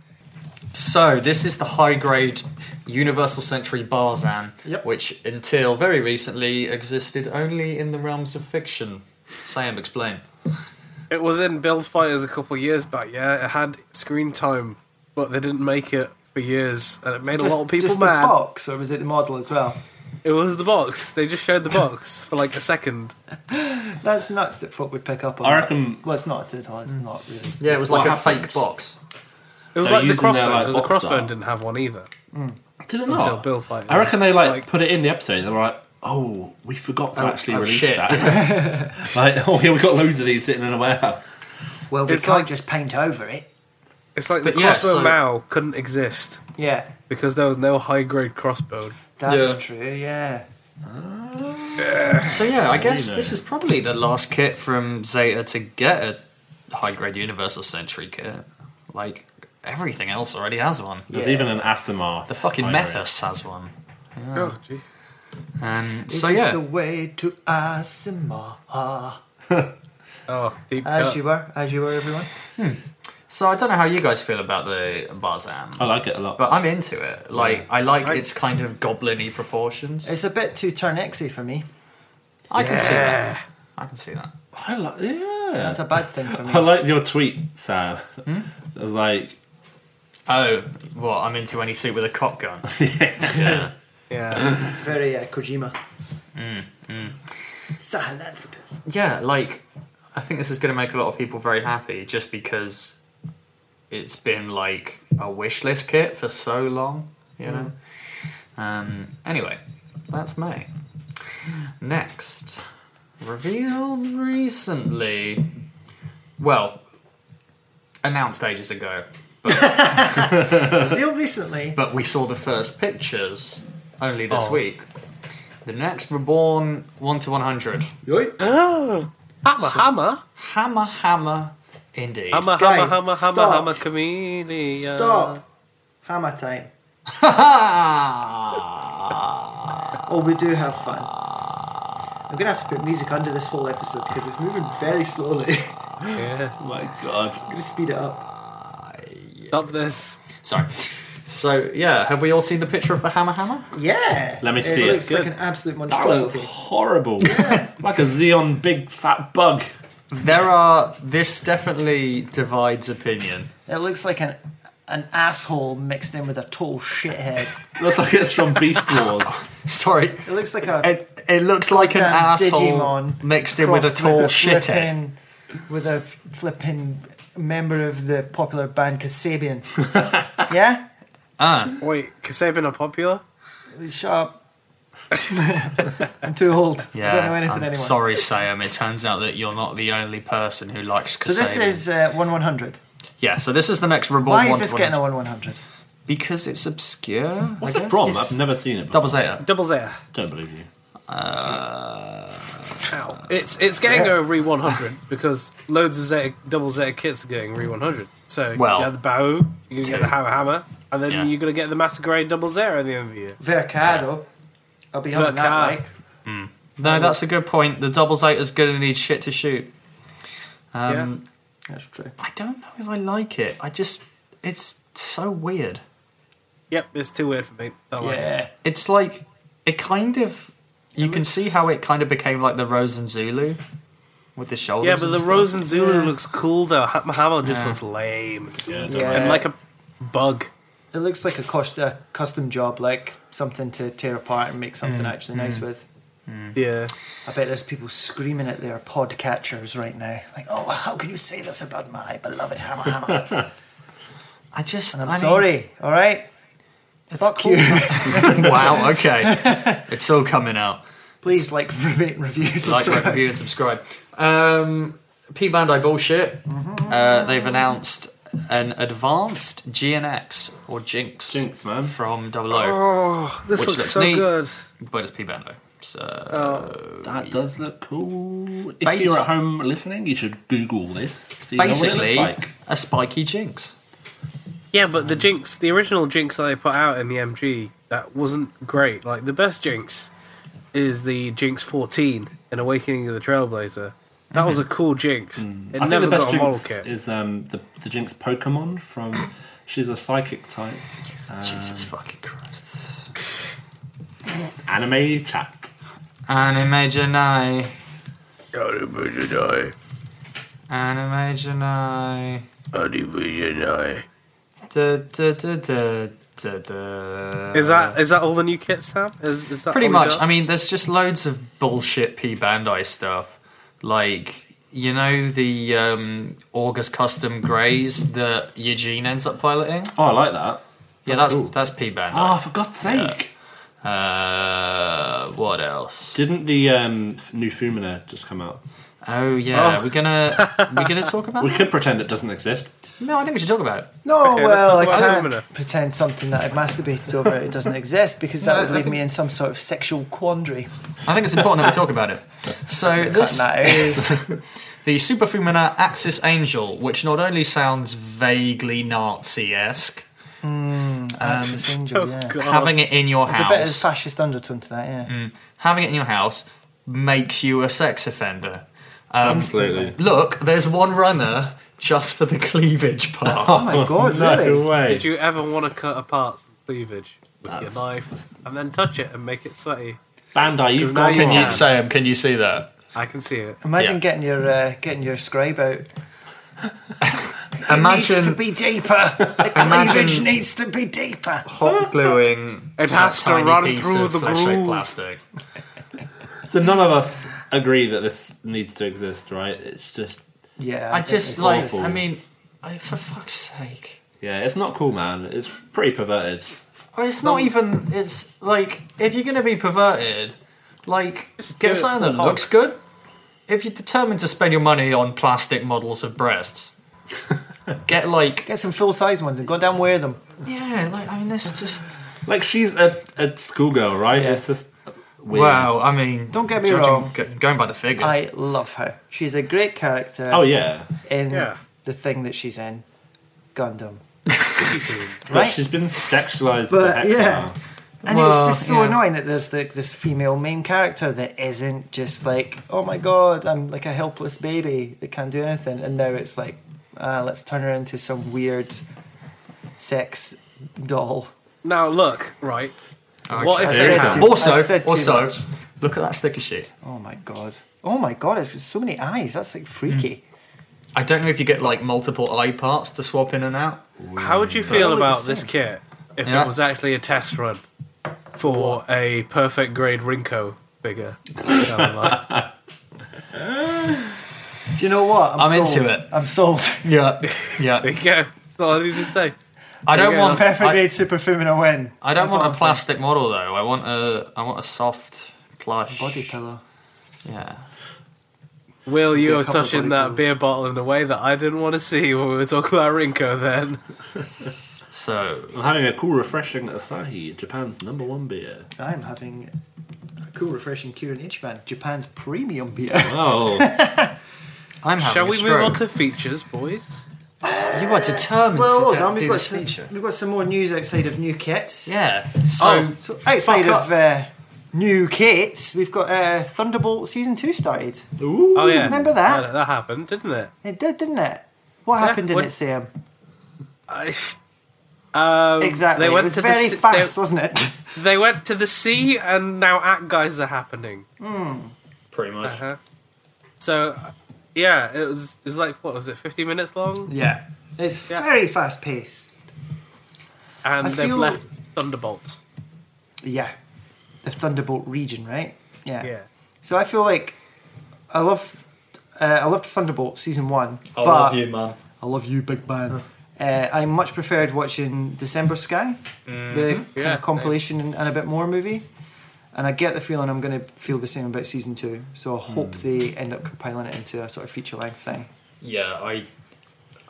S2: So, this is the high grade Universal Century Barzan,
S1: Yep.
S2: which until very recently existed only in the realms of fiction. Sam, explain.
S4: It was in Build Fighters a couple of years back, yeah? It had screen time, but they didn't make it for years, and it made a lot of people
S1: just the
S4: mad.
S1: box, or was it the model as well?
S4: It was the box. They just showed the box for like a second.
S1: That's nuts that folk would pick up on.
S3: I
S1: that.
S3: reckon-
S1: Well, it's not. It's not, it's not really.
S2: Yeah, it was
S3: What
S2: like a
S3: happened?
S2: fake box.
S4: It was
S3: They're
S4: like the
S3: using their,
S4: crossbone,
S3: like,
S4: because the
S3: box
S4: crossbone
S3: art.
S4: didn't have one either.
S3: Did it
S4: Until
S3: not?
S4: Bill Fighters.
S3: I reckon they like,
S4: Like-
S3: put it in the episode. They're like, oh, we forgot to
S2: Oh,
S3: actually
S2: oh,
S3: release
S2: shit.
S3: that. like, oh yeah, we got loads of these sitting in a warehouse.
S1: Well, we
S4: It's
S1: can't
S4: like-
S1: just paint over it.
S4: It's like the
S2: But yeah,
S4: crossbow
S2: so-
S4: now couldn't exist
S1: Yeah,
S4: because there was no high grade crossbow.
S1: that's
S2: Yeah.
S1: true. Yeah.
S2: So yeah, I guess
S3: know.
S2: this is probably the last kit from Zeta to get a high grade Universal Century kit. Like everything else already has one.
S3: There's
S1: Yeah.
S3: even an Asimar.
S2: The fucking
S3: hybrid.
S2: Methus has one.
S4: Oh, jeez.
S2: Um,
S1: This
S2: so
S1: is
S2: yeah,
S1: the way to Asimar.
S4: Oh, deep
S1: As
S4: cut.
S1: you were, as you were, everyone.
S2: so I don't know how you guys feel about the Barzam,
S3: I like it a lot.
S2: but I'm into it. Like I like
S4: I-
S2: its kind of goblin-y proportions.
S1: It's a bit too Turnixy for me.
S2: I can see that.
S4: Yeah.
S2: I can see that.
S3: I like, yeah.
S1: That's a bad thing for
S3: I
S1: me.
S3: like your tweet, Sam. It was like,
S2: Oh, well, I'm into any suit with a cop gun.
S4: Yeah.
S1: It's very uh, Kojima.
S2: Mm,
S1: It's a philanthropist.
S2: yeah, like I think this is going to make a lot of people very happy just because it's been like a wish list kit for so long, you know. Um, anyway, that's May. Next, revealed recently. Well, announced ages ago,
S1: Real recently,
S2: but we saw the first pictures only this week. The next Reborn 1 to 100.
S4: oh, hammer, hammer.
S2: Hammer, hammer, indeed.
S4: Hammer, hammer,
S1: Guys,
S4: hammer, hammer,
S1: stop.
S4: hammer, chameleon.
S1: stop. Hammer time. Oh, we do have fun. I'm gonna have to put music under this whole episode because it's moving very slowly. I'm
S4: Yeah.
S3: oh my god.
S1: gonna speed it up.
S4: Stop this.
S2: Sorry. So yeah, have we all seen the picture of the hammer hammer?
S1: Yeah.
S3: Let me
S1: it
S3: see it.
S1: looks like
S4: Good.
S1: an absolute
S3: That was
S1: monstrosity.
S3: horrible. like a Xeon big fat bug.
S2: There are. This definitely divides opinion.
S1: It looks like an an asshole mixed in with a total shithead.
S3: Looks like it's from Beast Wars.
S2: Sorry.
S1: It looks like a
S2: It, it looks like an
S1: Damn
S2: asshole
S1: Digimon
S2: mixed in with a
S1: crossed
S2: tall shithead.
S1: flipping- With a f- flipping member of the popular band Kasabian. yeah?
S4: Wait, Kasabian are popular?
S1: Shut up. I'm too old.
S2: Yeah.
S1: I don't know anything
S2: I'm
S1: anymore.
S2: Sorry, Sam. It turns out that you're not the only person who likes.
S1: So this
S2: Kasabian.
S1: is uh, 1 100.
S2: Yeah. So this is the next reborn.
S1: Why
S2: one
S1: is
S2: to
S1: this
S2: one
S1: getting a
S2: hundred.
S1: 1 100?
S2: Because it's obscure.
S3: What's
S2: I
S3: it
S2: guess.
S3: from?
S2: It's
S3: I've never seen it. Before.
S2: Double Zeta. Uh,
S4: Double Zeta.
S3: Don't believe you.
S4: Ow. It's it's getting a re 100 because loads of Zeta, double Zeta kits are getting re 100. So
S2: Well,
S4: you have the Bao, you're going to get
S2: two.
S4: the Hammer Hammer, and then
S2: Yeah.
S4: you're going to get the Master Grade double Zeta at the end of the year.
S1: Vercado. I'll be on
S4: Vercado.
S1: that, like.
S2: No, that's a good point. The double Zeta's going to need shit to shoot. Um,
S1: That's true.
S2: I don't know if I like it. I just it's so weird.
S4: yeah. Yep, it's too weird for me. Don't like it.
S1: Yeah.
S2: It's like it kind of you can see how it kind of became like the Rose and Zulu with the shoulders.
S4: Yeah, but
S2: and
S4: the
S2: stuff.
S4: Rose and Zulu
S1: Yeah.
S4: looks cool though. Ha- Mahamo just
S2: Yeah.
S4: looks lame.
S1: Yeah.
S4: And like a bug.
S1: It looks like a, cost, a custom job, like something to tear apart and make something
S2: Mm,
S1: actually nice with.
S4: Yeah.
S1: I bet there's people screaming at their pod catchers right now. Like, oh, how can you say this about my beloved Hammer Hammer?
S2: I just
S1: I'm
S2: I mean,
S1: sorry, all right?
S2: it's
S1: Fuck
S2: cool.
S1: you.
S2: wow. Okay, it's all coming out.
S1: Please like, rate, and review.
S2: like,
S1: subscribe.
S2: rate, review, and subscribe. Um, P Bandai bullshit. Uh, they've announced an advanced GNX or Jinx,
S3: Jinx, man.
S2: from Double O,
S4: Oh, this
S2: Which
S4: looks
S2: looks
S4: so
S2: neat.
S4: good.
S2: but it's P Bandai. So
S3: That does look cool. If
S1: Base-
S3: you're at home listening, you should Google this. So you know what it looks
S2: basically,
S3: like.
S2: a spiky jinx.
S4: Yeah, but the Jinx, the original Jinx that they put out in the MG, that wasn't great. Like the best Jinx is the Jinx 14 in Awakening of the Trailblazer. That was a cool Jinx. It
S3: Mm. I think
S4: never
S3: the best
S4: got a model
S3: Jinx
S4: kit.
S3: is um, the the Jinx Pokemon from. She's a psychic type.
S2: Jesus fucking Christ.
S3: Anime chat.
S2: Anime Janai.
S4: Animation
S2: Anime Janai.
S4: Eye.
S2: Da, da, da, da, da, da.
S4: Is that is that all the new kits, Sam? Is, is that
S2: pretty
S4: all we
S2: much?
S4: got?
S2: I mean, there's just loads of bullshit P Bandai stuff, like you know the um, August custom greys that Eugene ends up piloting.
S3: Oh, I like that.
S2: yeah, that's
S3: cool.
S2: that's P Bandai.
S3: Ah, for God's sake!
S2: Uh, what else?
S3: Didn't the um, f- new Fumina just come out?
S2: Oh yeah,
S4: Oh.
S2: we're gonna we're gonna talk about.
S3: We
S2: it?
S3: could pretend it doesn't exist.
S2: No, I think we should talk about it.
S1: No,
S4: Okay, let's
S1: well, I
S4: talk about
S1: can't
S4: Lumina.
S1: pretend something that I've masturbated over it doesn't exist because that
S4: No,
S1: would
S4: I
S1: leave
S4: think-
S1: me in some sort of sexual quandary.
S2: I think it's important that we talk about it. So this
S1: that out.
S2: is the Super Fumina Axis Angel, which not only sounds vaguely Nazi-esque,
S1: Axis Angel,
S4: oh,
S1: yeah.
S4: God. Mm.
S2: having it in your
S1: There's a bit of
S2: house,
S1: fascist undertone to that, yeah.
S2: having it in your house makes you a sex offender. Um,
S3: Absolutely.
S2: look, there's one runner just for the cleavage
S1: Oh
S2: part.
S1: my god, really?
S3: No way.
S4: Did you ever want to cut apart some cleavage with
S3: That's-
S4: your knife and then touch it and make it sweaty?
S3: Bandai, you've
S4: now
S3: gone
S4: you
S2: Can
S4: Yeah.
S2: you, Sam? Can you see that?
S4: I can see it.
S1: Imagine
S2: Yeah.
S1: getting your uh, getting your scribe out. It needs to
S2: Imagine
S1: be deeper. The
S2: Imagine-
S1: cleavage needs to be deeper.
S2: hot gluing.
S4: It has
S2: a
S4: to
S2: tiny
S4: run
S2: piece
S4: through
S2: of
S4: the
S2: flesh-shaped
S4: groove.
S2: plastic.
S3: So none of us agree that this needs to exist, right? It's just
S1: Yeah,
S2: I
S1: think
S2: just
S1: it's
S2: like.
S3: awful.
S2: I mean, I, for fuck's sake.
S3: yeah, it's not cool, man. It's pretty perverted.
S2: Well, It's not even. It's like if you're gonna be perverted, like
S4: Just do
S2: get
S4: it
S2: something
S4: for
S2: that
S4: the
S2: looks good. If you're determined to spend your money on plastic models of breasts, get like
S1: get some full size ones and go down wear them.
S2: yeah, like I mean, this just
S3: Like she's a, a schoolgirl, right? It's just weird.
S2: wow. I mean,
S1: Don't get me
S2: judging-
S1: wrong.
S2: go- going by the figure,
S1: I love her. She's a great character
S3: Oh yeah,
S1: in
S4: Yeah.
S1: the thing that she's in, Gundam.
S3: but
S1: Right?
S3: she's been sexualized.
S1: But,
S3: the heck
S1: yeah.
S3: now.
S1: And
S2: Well,
S1: it's just so
S2: yeah.
S1: annoying that there's like this female main character that isn't just like, oh my god, I'm like a helpless baby that can't do anything. And now it's like, ah, let's turn her into some weird sex doll.
S4: Now look, right.
S2: Okay.
S4: What if
S1: I've
S4: they
S1: said
S4: had?
S1: too- I've
S2: also
S1: said too
S2: also
S1: much.
S2: look at that sticker sheet.
S1: Oh my god. Oh my god, it's just so many eyes. That's like freaky.
S2: Mm. I don't know if you get like multiple eye parts to swap in and out.
S4: How would you feel
S1: Probably the
S4: about this kit if
S2: Yeah.
S4: it was actually a test run for a perfect grade Rinko figure? Down the line?
S1: Do you know what? I'm,
S2: I'm
S1: sold.
S2: into it.
S1: I'm sold.
S2: Yeah,
S4: there
S2: yeah.
S4: you go. That's all I need to say.
S2: I don't
S4: Yeah,
S2: want
S1: Perfect
S2: I-
S1: grade Super Fumina win.
S2: I don't
S1: That's all
S2: want
S1: I'm
S2: a
S1: saying.
S2: plastic model though. I want a I want a soft plush
S1: body pillow.
S2: Yeah.
S4: Will,
S1: Be a
S4: you were
S1: couple
S4: touching
S1: body
S4: that
S1: pills.
S4: beer bottle in the way that I didn't want to see when we were talking about Rinko then.
S2: So
S3: I'm having a cool, refreshing Asahi, Japan's number one beer.
S1: I'm having a cool, refreshing Kirin Ichiban, Japan's premium beer.
S3: Oh,
S2: I'm having
S4: Shall
S2: a
S4: we move
S2: stroke.
S4: on to features, boys?
S2: You are determined
S1: Well, hold
S2: to d-
S1: on.
S2: do
S1: We've got,
S2: this
S1: some,
S2: feature.
S1: we've got some more news outside of new kits.
S2: Yeah. So,
S1: oh, so outside
S2: fuck
S1: of uh, new kits, we've got uh, Thunderbolt season two started.
S3: Ooh.
S4: Oh yeah,
S1: Hmm, remember that?
S4: That happened, didn't it?
S1: It did, didn't it? What happened in
S4: what-
S1: it, Sam?
S4: I, um,
S1: Exactly.
S4: They
S1: it
S4: went
S1: was
S4: to
S1: very
S4: the, se-
S1: fast, wasn't it?
S4: They, they went to the sea, and now at guys are happening.
S1: Hmm.
S2: pretty much.
S4: Uh-huh. So, uh, yeah, it was. It was like what was it? Fifty minutes long,
S1: yeah, it's
S4: Yeah.
S1: very fast paced.
S4: and
S1: I
S4: they've
S1: feel-
S4: left Thunderbolts.
S1: Yeah, the Thunderbolt region, right? Yeah.
S4: Yeah.
S1: So I feel like I love. Uh, I loved Thunderbolt season one, Oh, but
S2: man.
S1: I love you, Big Man. Uh, I much preferred watching December Sky,
S2: Mm-hmm.
S1: the kind
S4: Yeah,
S1: of compilation and, and a bit more movie. And I get the feeling I'm going to feel the same about season two. So I hope they end up compiling it into a sort of feature length thing.
S2: Yeah, I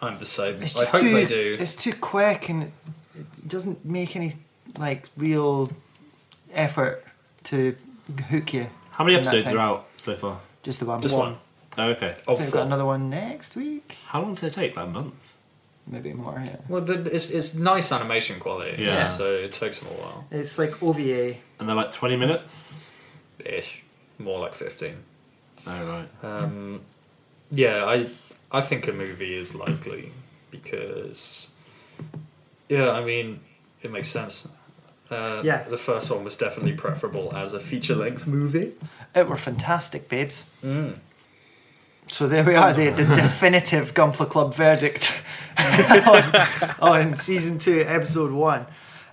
S2: I'm the same.
S1: It's just too, It's too quick and it doesn't make any like real effort to hook you.
S3: How many
S1: in that
S3: episodes
S1: time.
S3: are out so far?
S1: Just the one.
S2: Just one.
S3: Oh, okay.
S1: I
S2: Of
S1: think we've
S2: four.
S1: got another one next week.
S3: How long did it take? Like a month?
S1: Maybe more. Yeah.
S2: Well, the, it's, it's nice animation quality.
S3: Yeah.
S2: So it takes them a while.
S1: It's like OVA.
S3: And they're like 20 minutes?
S2: Ish. More like 15.
S3: Oh, right.
S2: Um, yeah, I I think a movie is likely because yeah, I mean it makes sense. Uh,
S1: Yeah.
S2: the first one was definitely preferable as a feature length movie.
S1: It were fantastic, babes. So there we are, the, the definitive Gunpla Club verdict on, on season two, episode one.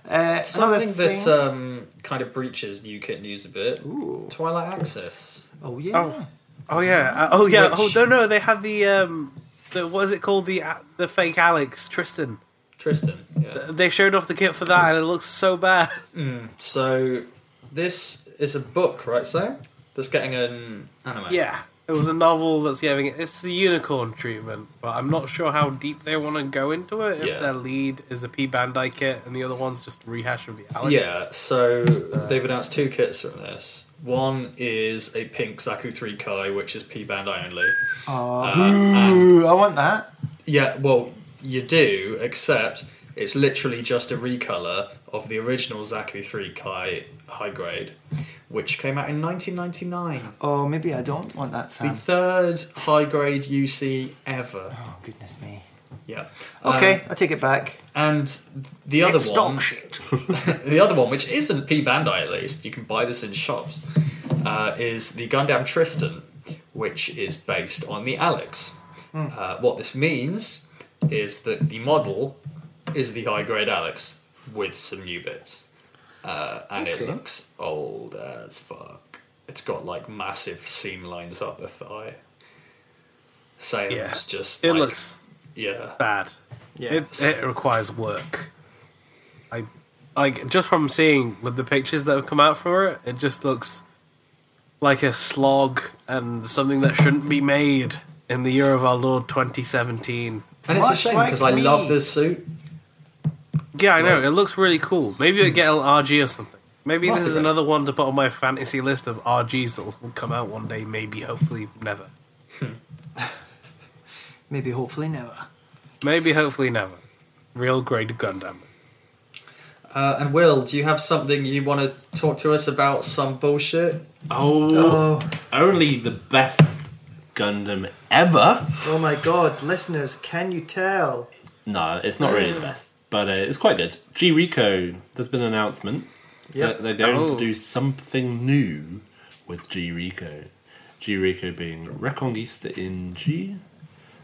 S1: Uh,
S2: Something
S1: another
S2: that
S1: thing-
S2: um, kind of breaches New Kid News a bit.
S1: Ooh.
S2: Twilight Access.
S1: oh yeah,
S4: Oh. Oh yeah. Uh, oh yeah.
S2: Which-
S4: Oh no, no. They had the um, the what is it called? The uh, the fake Alex Tristan.
S2: Tristan. Yeah.
S4: They showed off the kit for that, and it looks so bad.
S2: So this is a book, right? So that's getting an anime.
S4: Yeah. It was a novel that's giving it. It's the unicorn treatment, but I'm not sure how deep they want to go into it. If
S2: Yeah.
S4: their lead is a P Bandai kit and the other one's just a rehash of the Alex.
S2: Yeah, so they've announced two kits from this. One is a pink Zaku 3 Kai, which is P band only.
S1: Aw,
S2: and-
S1: boo, I want that.
S2: Yeah, well, you do, except it's literally just a recolor of the original Zaku 3 Kai high grade, which came out in 1999.
S1: Oh, maybe I don't want that,
S2: The
S1: Sam.
S2: third high grade UC ever.
S1: Oh goodness me.
S2: Yeah. Um,
S1: Okay, I take it back.
S2: and the other
S1: It's
S2: one.
S1: dog shit.
S2: the other one, which isn't P Bandai at least, you can buy this in shops, uh, is the Gundam Tristan, which is based on the Alex.
S1: Hmm.
S2: Uh, what this means is that the model is the high grade Alex with some new bits. Uh, and
S1: Okay.
S2: it looks old as fuck. It's got like massive seam lines up the thigh. Same's
S4: Yeah.
S2: just
S4: It
S2: like,
S4: looks
S2: yeah.
S4: bad.
S1: Yeah.
S4: It, it requires work. I like just from seeing with the pictures that have come out for it, it just looks like a slog and something that shouldn't be made in the year of our Lord 2017.
S2: And it's a
S1: Much
S2: shame
S1: like
S2: because I
S1: me.
S2: love this suit.
S4: Yeah, I know. It looks really cool. Maybe it'll get an RG or something. Maybe
S2: Must have
S4: this is
S2: been.
S4: another one to put on my fantasy list of RGs that will come out one day, maybe, hopefully, never.
S1: Maybe hopefully never.
S4: Maybe, hopefully, never. Real grade Gundam.
S2: Uh, and Will, do you have something you want to talk to us about? Some bullshit?
S3: Oh,
S1: Oh,
S3: only the best Gundam ever.
S1: oh my god, listeners, can you tell?
S3: No, it's not really the best, but uh, it's quite good. G Rico, there's been an announcement
S1: Yep.
S3: that they're going
S4: Oh.
S3: to do something new with G Rico. G Rico being Reconquista in G.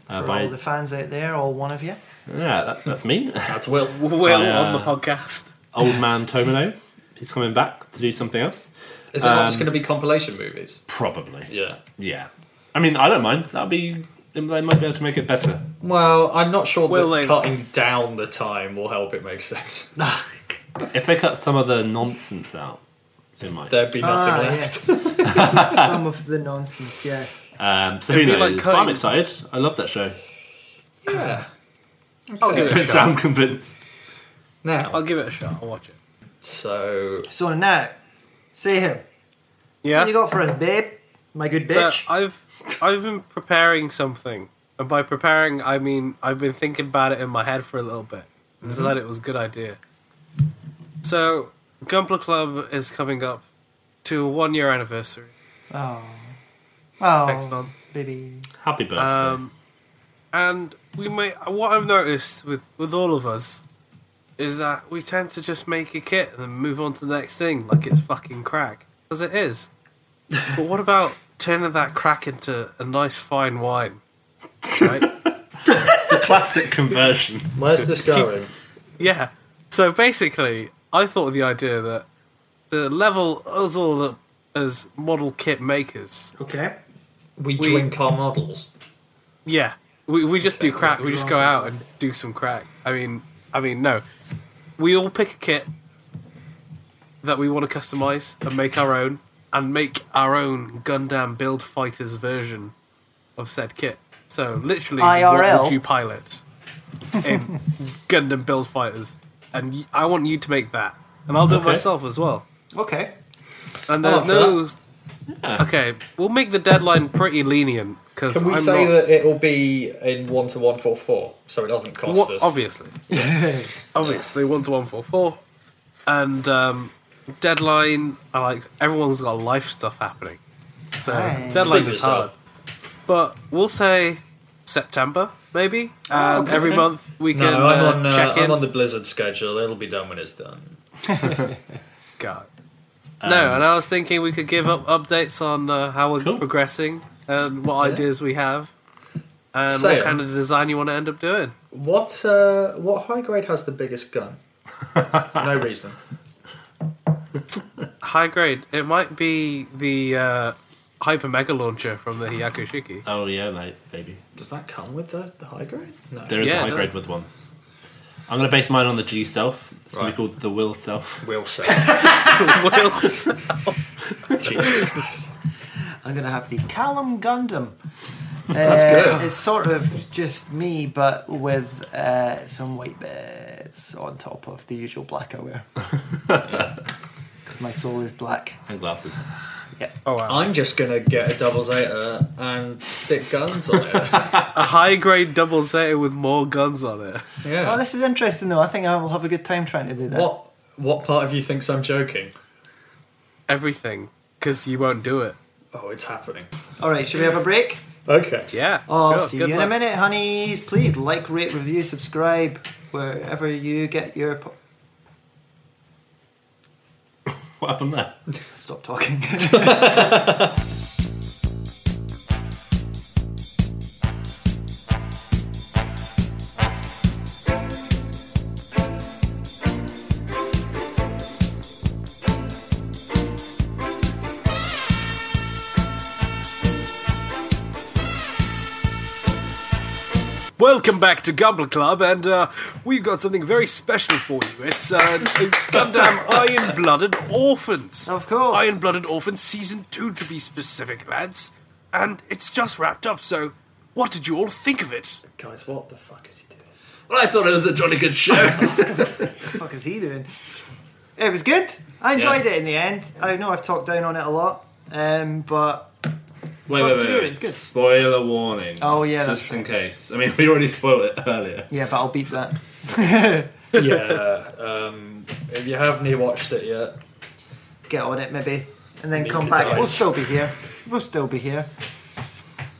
S3: Uh,
S1: For
S3: by,
S1: all the fans out there, all one of you.
S3: yeah, that, that's me.
S2: That's Will.
S4: Will
S3: I, uh,
S4: on the podcast.
S3: Old Man Tomino. He's coming back to do something else.
S2: Is it not just going to be compilation movies?
S3: Probably.
S2: Um, Yeah.
S3: Yeah. I mean, I don't mind. That'll be. They might be able to make it better.
S2: Well, I'm not sure
S4: Will
S2: that
S4: they-
S2: cutting down the time will help it make sense.
S3: If they cut some of the nonsense out, it might.
S2: There'd be nothing
S1: ah,
S2: left.
S1: yes. Some of the nonsense, yes.
S3: Um, so who
S4: It'd be
S3: knows?
S4: like
S3: but I'm
S4: cutting-
S3: excited. I love that show.
S2: Yeah.
S1: Oh,
S4: I'll give it a
S3: Don't
S4: shot.
S3: sound convinced.
S4: I'll
S2: Now,
S4: give it a shot. I'll watch it.
S2: so
S1: So now, say him. What
S4: Yeah.
S1: you got for us, babe? My good
S4: So
S1: bitch.
S4: I've I've been preparing something, and by preparing I mean I've been thinking about it in my head for a little bit. and Decided it was a good idea. So Gunpla Club is coming up to a one year anniversary
S1: oh,
S4: next month,
S1: baby.
S3: Happy birthday.
S4: um, and we may what I've noticed with with all of us is that we tend to just make a kit and then move on to the next thing like it's fucking crack because it is. but what about turning that crack into a nice fine wine? Right.
S3: Classic conversion.
S2: where's this going?
S4: Yeah. So basically, I thought of the idea that the level us all up as model kit makers.
S1: Okay.
S2: We
S4: We-
S2: drink our models.
S4: Yeah. We we just do crack. We just go out and do some crack. I mean, I mean no. We all pick a kit that we want to customize and make our own and make our own Gundam Build Fighters version of said kit. So literally,
S1: IRL.
S4: what would you pilot in Gundam Build Fighters? And y- I want you to make that, and I'll do it
S3: Okay.
S4: myself as well.
S1: Okay.
S4: And there's
S2: up for
S4: no. Okay, we'll make the deadline pretty lenient because
S2: Can we
S4: I'm
S2: say
S4: not...
S2: that it will be in one to one four four, so it doesn't cost
S4: What,
S2: us?
S4: obviously. obviously, one to one four four, and um, deadline. I like everyone's got life stuff happening, so
S1: Aye.
S4: deadline
S2: Speak
S4: is
S2: for
S4: hard.
S2: yourself.
S4: But we'll say September maybe, and every month we can
S2: No, I'm
S4: uh,
S2: on. Uh,
S4: check in.
S2: I'm on the Blizzard schedule. It'll be done when it's done.
S4: God.
S2: Um,
S4: no, and I was thinking we could give up updates on uh, how we're
S3: Cool.
S4: progressing and what ideas we have, and
S2: Say
S4: what
S2: it.
S4: kind of design you want to end up doing.
S2: What uh, What high grade has the biggest gun? no reason.
S4: High grade. It might be the uh, hyper mega launcher from the Hiyakushiki.
S3: Oh yeah, mate, baby.
S2: Does that come with the, the high grade? No.
S3: There is
S4: Yeah,
S3: a
S4: it
S3: high grade
S4: does.
S3: with one. I'm gonna base mine on the G self. It's gonna
S2: Right.
S3: be called the Will self.
S2: Will say.
S4: Wills.
S2: Jesus Christ.
S1: I'm gonna have the Callum Gundam. That's
S2: good.
S1: It's sort of just me, but with uh, some white bits on top of the usual black I wear. Because my soul is black.
S3: And glasses.
S4: Oh wow.
S2: I'm just gonna get a double zeta and stick guns on it.
S4: A high grade double Zeta with more guns on it.
S1: Oh,
S2: Yeah.
S1: this is interesting though. I think I will have a good time trying to do that.
S2: What What part of you thinks I'm joking?
S4: Everything. Because you won't do it.
S2: Oh, it's happening.
S1: All right, should we have a break?
S2: Okay.
S4: Yeah.
S1: I'll
S4: Sure,
S1: Oh, see you
S4: good
S1: in a
S4: luck.
S1: minute, honeys. Please like, rate, review, subscribe wherever you get your. Po-
S3: What happened there?
S1: Stop talking.
S4: Welcome back to Gobbler Club, and uh, we've got something very special for you. It's uh, Gundam Iron Blooded Orphans.
S1: Of course.
S4: Iron Blooded Orphans Season 2, to be specific, lads. And it's just wrapped up, so what did you all think of it?
S2: Guys, what the fuck is he doing?
S3: I thought it was a jolly good show.
S1: fuck is he doing? It was good. I enjoyed it in the end. I know I've talked down on it a lot, um, but
S3: wait,
S1: Fuck
S3: wait,
S1: you,
S3: wait, wait.
S1: it's good.
S3: Spoiler warning.
S1: Oh, yeah,
S3: just
S1: that's
S3: in case. I mean, we already spoiled it earlier.
S1: yeah, but I'll beep that.
S2: yeah. Um, if you haven't watched it yet,
S1: Get on it, maybe, and then
S2: Make
S1: come
S2: it
S1: back.
S2: dies.
S1: We'll still be here. We'll still be here.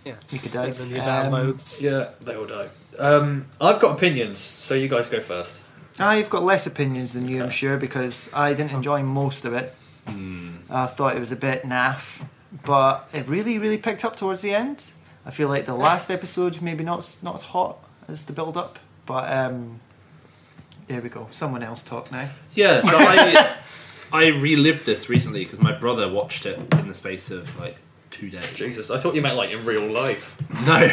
S4: Yes.
S1: You could dice.
S4: And your
S1: Um,
S4: downloads.
S2: yeah, they will die. Um, I've got opinions, so you guys go first.
S1: I've got less opinions than you, I'm sure, because I didn't
S2: Oh.
S1: enjoy most of it.
S2: Hmm.
S1: I thought it was a bit naff, but it really, really picked up towards the end. I feel like the last episode maybe not s- not as hot as the build up, but um, there we go. Someone else talk now.
S3: Yeah, so I I relived this recently because my brother watched it in the space of like two days.
S2: Jesus, I thought you meant like in real life.
S3: No.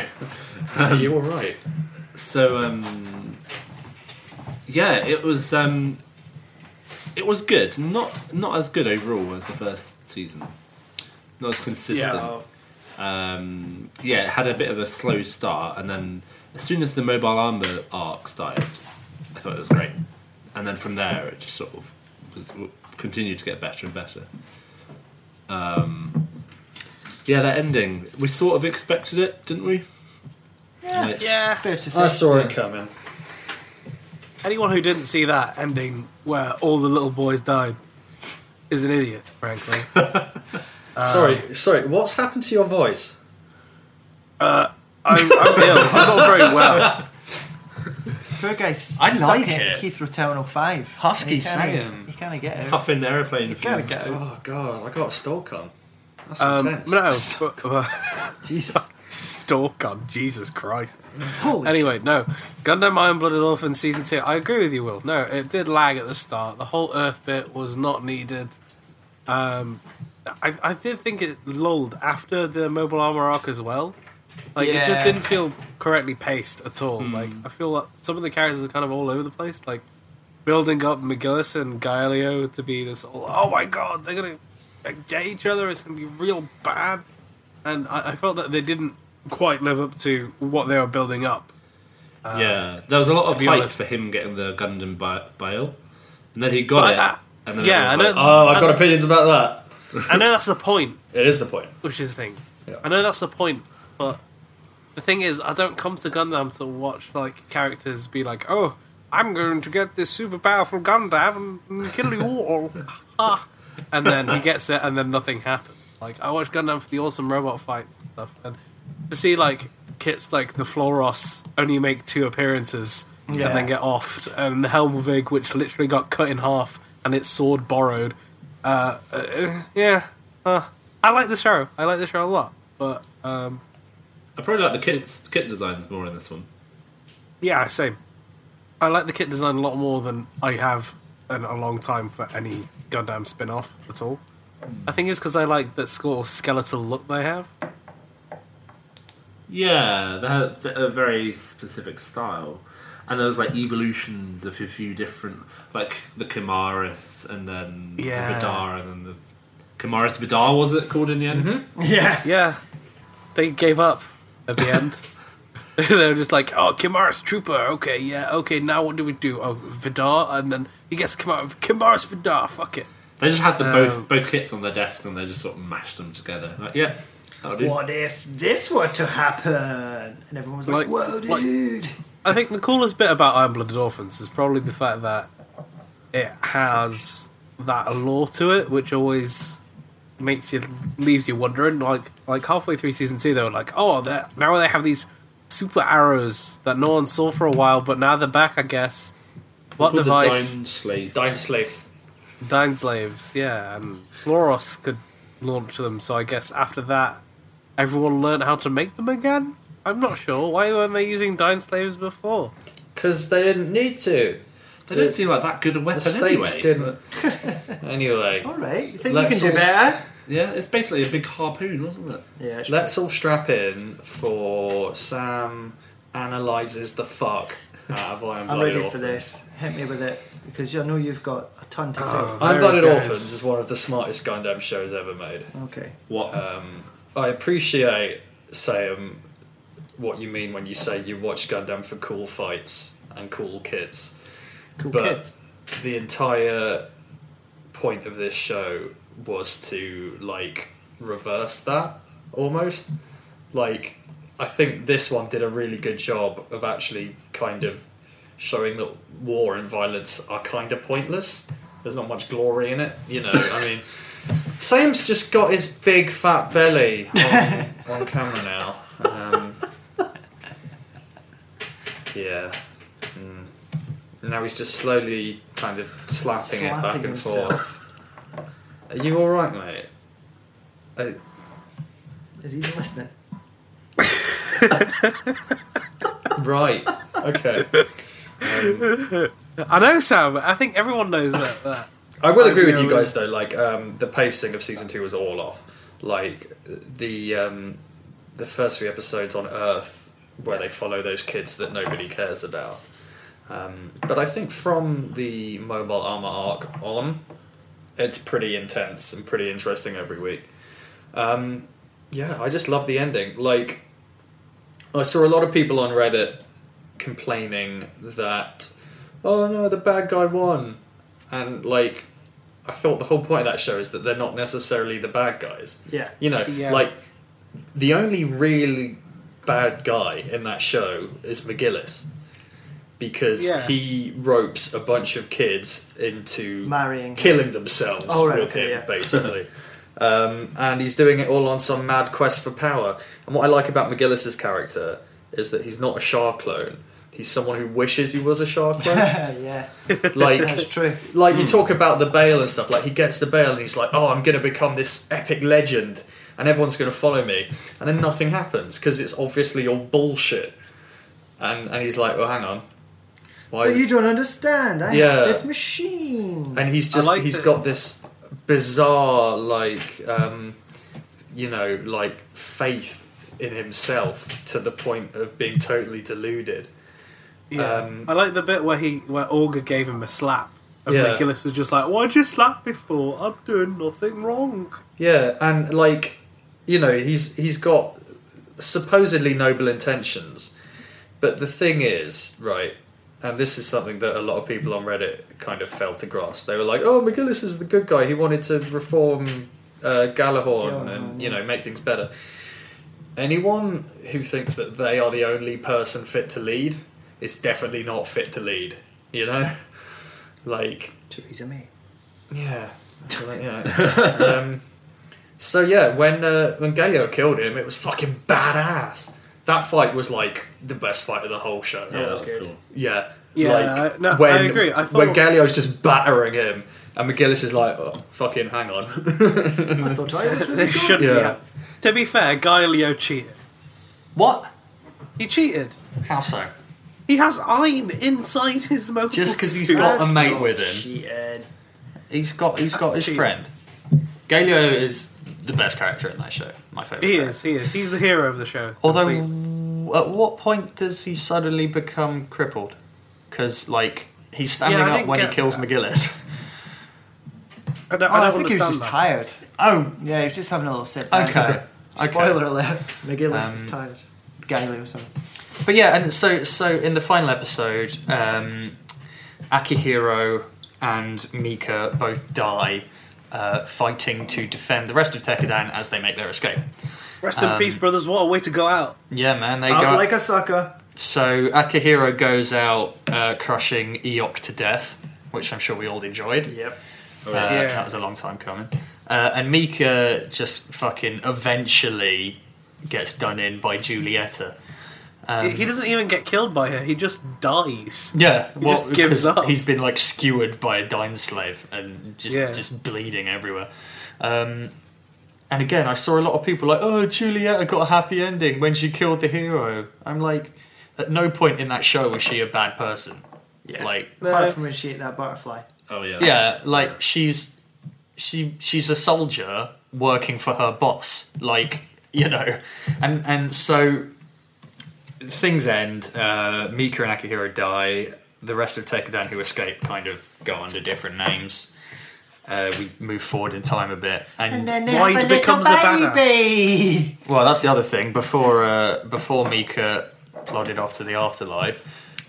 S2: Are you all right?
S3: So um yeah, it was um it was good. Not not as good overall as the first season. Not as consistent. um, yeah, it had a bit of a slow start, and then as soon as the mobile armor arc started, I thought it was great, and then from there it just sort of was, w- continued to get better and better. Um, yeah, that ending we sort of expected it, didn't we?
S4: Yeah.
S1: Fair to say.
S2: I saw it coming.
S4: Anyone who didn't see that ending where all the little boys died is an idiot, frankly.
S2: sorry, sorry. What's happened to your voice?
S4: I'm, I'm ill. I'm not very well.
S1: Poor guy's
S6: I
S1: stuck
S6: like
S1: in
S6: it.
S1: Heathrow Terminal 5.
S6: Husky
S1: And he can't-
S6: Sam.
S1: He can't get out.
S3: Huff in the airplane.
S1: He can't get out.
S2: Oh god, I got stalk on. That's
S4: Um,
S2: intense.
S4: no, but, but-
S2: Oh,
S1: Jesus.
S4: stalk on Jesus Christ.
S1: Holy
S4: Anyway, no, Gundam Iron Blooded Orphan season two. I agree with you, Will. No, it did lag at the start. The whole Earth bit was not needed. Um, I, I did think it lulled after the Mobile Armor arc as well. Like it
S1: Yeah. Hmm.
S4: just didn't feel correctly paced at all. Like I feel like some of the characters are kind of all over the place. Like building up McGillis and Galileo to be this. all- Oh my god, they're gonna like, get each other. It's gonna be real bad. And I, I felt that they didn't quite live up to what they were building up.
S3: yeah, there was a lot of
S4: be
S3: hype
S4: honest.
S3: for him getting the Gundam bi- Bile, and then he got
S4: But,
S3: it.
S4: uh,
S3: and then
S4: yeah,
S3: it was
S4: I
S3: like,
S4: know-
S2: Oh, I've got opinions about that.
S4: I know that's the point,
S2: It is the point.
S4: which is the thing.
S2: Yeah.
S4: I know that's the point, but the thing is, I don't come to Gundam to watch like characters be like, "Oh, I'm going to get this super powerful Gundam and kill you all," Ah. and then he gets it, and then nothing happens. Like I watch Gundam for the awesome robot fights and stuff, and to see like kits like the Floros only make two appearances
S1: Yeah.
S4: and then get offed, and Helmvig, which literally got cut in half and its sword borrowed. Uh, uh, yeah, uh, I like the show. I like the show a lot, but um,
S3: "Oh, I probably like the kit kit designs more in this one.
S4: yeah, same. I like the kit design a lot more than I have in a long time for any Gundam spin-off at all. I think it's because I like that sort of skeletal look they have.
S3: Yeah, they had a very specific style, and there was like evolutions of a few different, like the Kimaris and then
S4: Yeah.
S3: the Vidar and then the Kimaris Vidar was it called in the end?
S1: Yeah.
S4: Yeah, they gave up at the end. they were just like, "Oh, Kimaris Trooper. Okay, yeah, okay. Now what do we do? Oh, Vidar, and then he gets Kimaris, Kimaris Vidar. Fuck it.
S3: They just had the
S4: Um,
S3: both both kits on their desk and they just sort of mashed them together. Like, yeah, that'll do.
S1: What if this were to happen? And everyone was like,
S4: Like-
S1: "Whoa,
S4: like-
S1: dude!"
S4: I think the coolest bit about Iron Blooded Orphans is probably the fact that it has that allure to it, which always makes you leaves you wondering. Like like halfway through season two, they were like, "Oh, they're- now they have these super arrows that no one saw for a while, but now they're back, I guess." What
S3: Called the
S4: device?
S3: Dine Slave.
S2: Dine slave.
S4: Dine slaves, yeah, and Floros could launch them. So I guess after that, everyone learned how to make them again. I'm not sure why weren't they using dine slaves before.
S2: Because they didn't need to.
S3: They don't seem like that good a
S2: The
S3: weapon anyway.
S2: stakes didn't. anyway,
S1: All right, you think
S2: Let's
S1: you can do
S2: all s-
S1: better?
S3: Yeah, it's basically a big harpoon, wasn't it?
S1: Yeah, it's
S2: let's all strap in for Sam analyzes the fuck out of
S1: true.
S2: Iron
S1: I'm
S2: Blooded
S1: ready for
S2: Orphans.
S1: this. Hit me with it because you know you've got a ton to say.
S2: Iron
S4: There it
S2: Blooded
S4: goes.
S2: Orphans is one of the smartest Gundam shows ever made.
S1: Okay.
S3: What?
S2: Um, I appreciate, Sam, what you mean when you say you watch Gundam for cool fights and cool kits.
S1: Cool
S2: but
S1: kids.
S2: the entire point of this show was to like reverse that almost like i think this one did a really good job of actually kind of showing that war and violence are kind of pointless there's not much glory in it you know i mean sam's just got his big fat belly on, on camera now um, yeah Mm. now he's just slowly kind of slapping, it back
S1: Slapping
S2: and
S1: himself.
S2: forth are you alright mate Uh,
S1: Is he even listening?
S2: Right. Okay.
S4: I know, Sam. I think everyone knows that. um, that.
S2: I will
S4: I
S2: agree with you
S4: agree
S2: guys though. Like um, the pacing of season two was all off. Like the um, the first three episodes on Earth, where they follow those kids that nobody cares about. Um, but I think from the mobile armor arc on, it's pretty intense and pretty interesting every week. Um, yeah, I just love the ending. Like I saw a lot of people on Reddit complaining that, oh no, the bad guy won, and like, I thought the whole point of that show is that they're not necessarily the bad guys.
S1: Yeah.
S2: You know,
S4: Yeah.
S2: like the only really bad guy in that show is McGillis because
S4: Yeah.
S2: he ropes a bunch of kids into
S1: Marrying him.
S2: killing themselves
S1: Oh, right,
S2: with
S1: okay,
S2: him,
S1: yeah.
S2: basically. um, and he's doing it all on some mad quest for power. And what I like about McGillis's character is that he's not a Shah clone. He's someone who wishes he was a Shah clone.
S1: yeah, that's
S2: like,
S1: true.
S2: like
S4: Hmm.
S2: you talk about the bail and stuff. Like he gets the bail and he's like, "Oh, I'm going to become this epic legend, and everyone's going to follow me." And then nothing happens because it's obviously all bullshit. And and he's like, "Well, hang on, why?"
S1: But
S2: is-
S1: you don't understand. I
S2: Yeah.
S1: have this machine.
S2: and he's just
S4: I like
S2: he's
S4: that-
S2: got this bizarre like um, you know like faith in himself to the point of being totally deluded. Um,
S4: I like the bit where he where Olga gave him a slap, and
S2: Yeah.
S4: Regulus was just like, "Why'd you slap me for? I'm doing nothing wrong."
S2: Yeah, and like you know, he's he's got supposedly noble intentions, but the thing is, right, and this is something that a lot of people on Reddit kind of failed to grasp. They were like, "Oh, McGillis is the good guy. He wanted to reform
S5: uh, Galahorn and you know make things better. Anyone who thinks that they are the only person fit to lead is definitely not fit to lead. You know, like
S1: Theresa May.
S5: yeah, yeah. um, so yeah, when uh, when Galio killed him, it was fucking badass. That fight was like the best fight of the whole show.
S3: Yeah,
S5: Yeah,
S3: that's cool.
S5: yeah.
S4: Yeah,
S5: like,
S4: I- no, I
S5: when,
S4: agree. I
S5: when
S4: thought-
S5: Galio's just battering him, and McGillis is like, oh, "Fucking hang on."
S1: I thought I was really
S4: They
S1: good.
S4: shouldn't
S5: Yeah.
S4: have. To be fair, Galileo cheated.
S2: What?
S4: He cheated.
S2: How so?
S4: He has iron inside his motor.
S2: Just 'cause he's
S4: suit.
S2: got a
S1: That's
S2: mate
S1: not
S2: with him.
S1: cheated.
S2: He's got he's got his
S4: cheating.
S2: friend. Galio is the best character in that show. My favorite.
S4: He is. He is. He's the hero of the show.
S2: Although,
S4: Complete.
S2: at what point does he suddenly become crippled? Because like he's standing
S4: Yeah, I
S2: up
S4: didn't
S2: when he
S4: get
S2: kills
S4: that.
S2: McGillis.
S4: I don't,
S1: Oh, I,
S4: I don't
S1: think he was
S4: understand
S1: just
S4: that.
S1: tired.
S2: Oh,
S1: Yeah, he was just having a little sip. there.
S2: okay.
S1: Spoiler alert. McGillis is
S2: Um,
S1: tired. Galileo, sorry.
S2: But yeah, and so so in the final episode, um, Akihiro and Mika both die uh, fighting to defend the rest of Tekadan as they make their escape.
S4: Rest in
S2: Um,
S4: peace, brothers. What a way to go out.
S2: Yeah, man, they
S1: Out
S2: go.
S1: like a sucker.
S2: so Akihiro goes out uh, crushing Eok to death, which I'm sure we all enjoyed.
S1: Yep.
S2: Uh,
S4: Yeah.
S2: That was a long time coming. Uh, and Mika just fucking eventually gets done in by Julieta. Um,
S4: he doesn't even get killed by her. He just dies.
S2: yeah, well,
S4: just gives
S2: because
S4: up.
S2: He's been like skewered by a dine slave and just
S4: Yeah.
S2: just bleeding everywhere. Um, and again, I saw a lot of people like, "Oh, Julieta got a happy ending when she killed the hero." I'm like, at no point in that show was she a bad person.
S1: Yeah.
S2: Like,
S1: Apart from when she ate that butterfly.
S3: Oh yeah.
S2: yeah like she's she she's a soldier working for her boss like you know and and so things end uh mika and akihiro die the rest of Tekadan who escape kind of go under different names uh, we move forward in time a bit and,
S1: And then they
S4: Wide
S1: have a little
S4: becomes a banner.
S1: baby.
S2: well that's the other thing before uh, before mika plodded off to the afterlife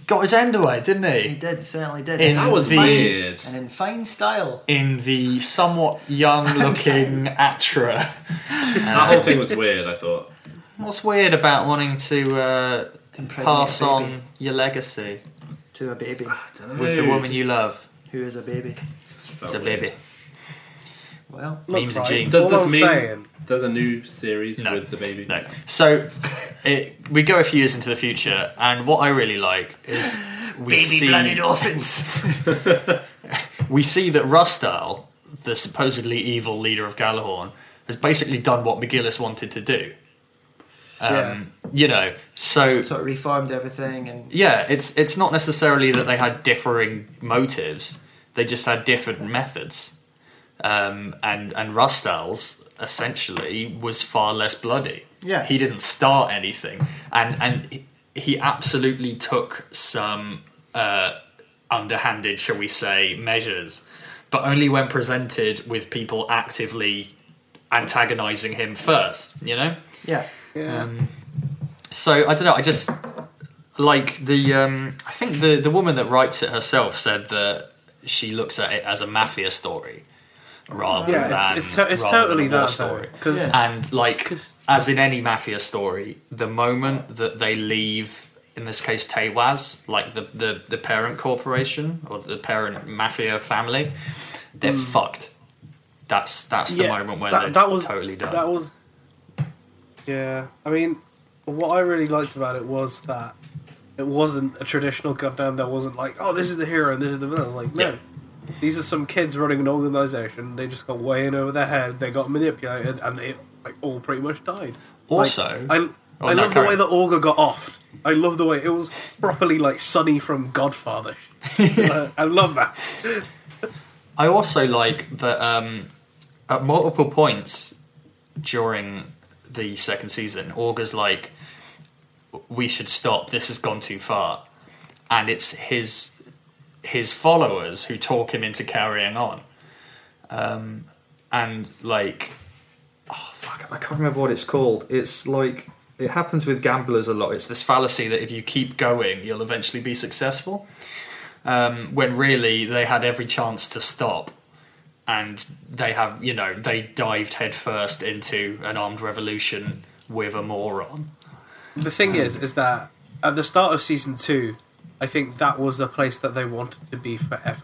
S2: got his end away didn't
S1: He
S2: he
S1: did, certainly did.
S2: In-
S3: That was
S2: The-
S3: weird.
S1: and in fine style.
S2: in the somewhat young looking atra
S3: That whole thing was weird. I thought.
S2: What's weird about wanting to uh,
S1: Impregnate
S2: pass
S1: a baby
S2: on your legacy
S1: To a baby
S2: with the woman you love?
S1: who is a baby.
S2: It's a baby.
S1: Well,
S4: Look,
S2: Memes and
S4: right,
S2: genes.
S4: that's
S3: Does this
S4: all I'm
S3: mean
S4: saying.
S3: there's a new series
S2: No.
S3: with the baby?
S2: No. So it, we go a few years into the future, and what I really like is we see
S1: orphans.
S2: we see that Rustal, the supposedly evil leader of Galahorn, has basically done what McGillis wanted to do. Um, You know, so
S1: sort of reformed everything and
S2: yeah, it's it's not necessarily that they had differing motives; they just had different methods. Um, and and Rustal's essentially was far less bloody.
S1: Yeah.
S2: he didn't start anything, and and he- he absolutely took some uh, underhanded, shall we say, measures, but only when presented with people actively antagonizing him first. You know.
S1: yeah.
S4: Yeah.
S2: So I don't know. I just like the. Um, I think the the woman that writes it herself said that she looks at it as a mafia story rather than
S4: yeah, it's, it's, to- it's
S2: rather than
S4: totally
S2: a war
S4: that
S2: story.
S4: Because
S1: Yeah.
S2: And like as in any mafia story, the moment that they leave. In this case, Tewaz, like the, the, the parent corporation or the parent mafia family, they're fucked. That's that's the moment where they're totally done.
S4: Hmm. That was. Yeah, I mean, what I really liked about it was that it wasn't a traditional Gundam that wasn't like, oh, this is the hero and this is the villain. Like, no.
S2: Yeah.
S4: These are some kids running an organization. They just got way in over their head. They got manipulated, and they like all pretty much died. Like,
S2: Also-
S4: I,
S2: Oh,
S4: I
S2: no,
S4: love the
S2: carry
S4: way
S2: on.
S4: that Olga got off. I love the way it was properly like Sonny from Godfather. I love that.
S2: I also like that um, at multiple points during the second season, Augur's like, "We should stop. This has gone too far," and it's his his followers who talk him into carrying on. Um, and like, oh fuck, I can't remember what it's called. It's like it happens with gamblers a lot. It's this fallacy that if you keep going, you'll eventually be successful um, when really they had every chance to stop and they have you know they dived headfirst into an armed revolution with a moron.
S4: The thing is, is that at the start of season two, I think that was the place that they wanted to be forever,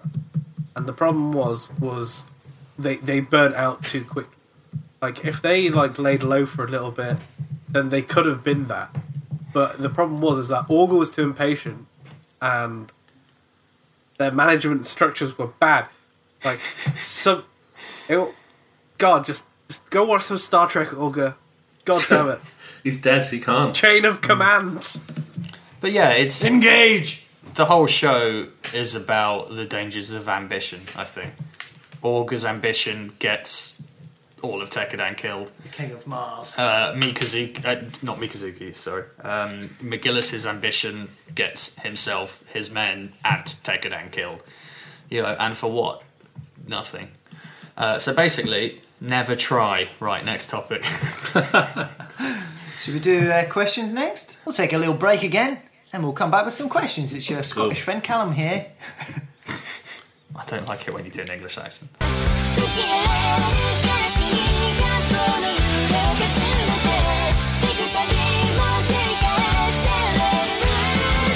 S4: and the problem was was they they burnt out too quick. Like if they like laid low for a little bit, then they could have been that. But the problem was is that Augur was too impatient, and their management structures were bad. Like so, it, God, just, just go watch some Star Trek, Augur. God damn it.
S3: He's dead. He can't.
S4: Chain of command.
S2: But yeah, it's
S1: Engage.
S2: the whole show is about the dangers of ambition. I think Augur's ambition gets all of Tekadan killed.
S1: The King of Mars.
S2: uh, Mikazuki, uh, not Mikazuki, sorry. Um, McGillis's ambition gets himself, his men, and Tekadan killed. You know, and for what? Nothing. Uh, so basically, never try. Right, next topic.
S1: Should we do uh, questions next? We'll take a little break again, and we'll come back with some questions. It's your Scottish friend Callum here.
S2: I don't like it when you do an English accent.
S7: 「悲しい過去に溶けすべて」「幾度も繰り返される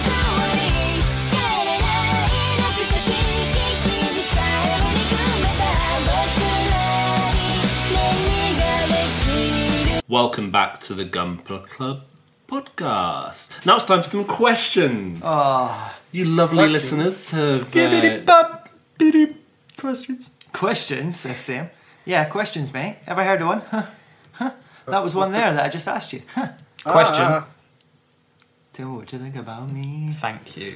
S7: 通り」「帰れない懐かしき日々さえも憎めた僕らに何ができる」
S3: Welcome back to the Gunpla Club podcast. Now it's time for some questions. you lovely listeners have. Uh,
S1: Bop, biddy, questions. Questions, says Sam. Yeah, questions, mate. Ever heard of one? Huh? Huh? That was one there that I just asked you. Huh?
S2: Question.
S1: Ah. Tell me what you think about me.
S2: Thank you.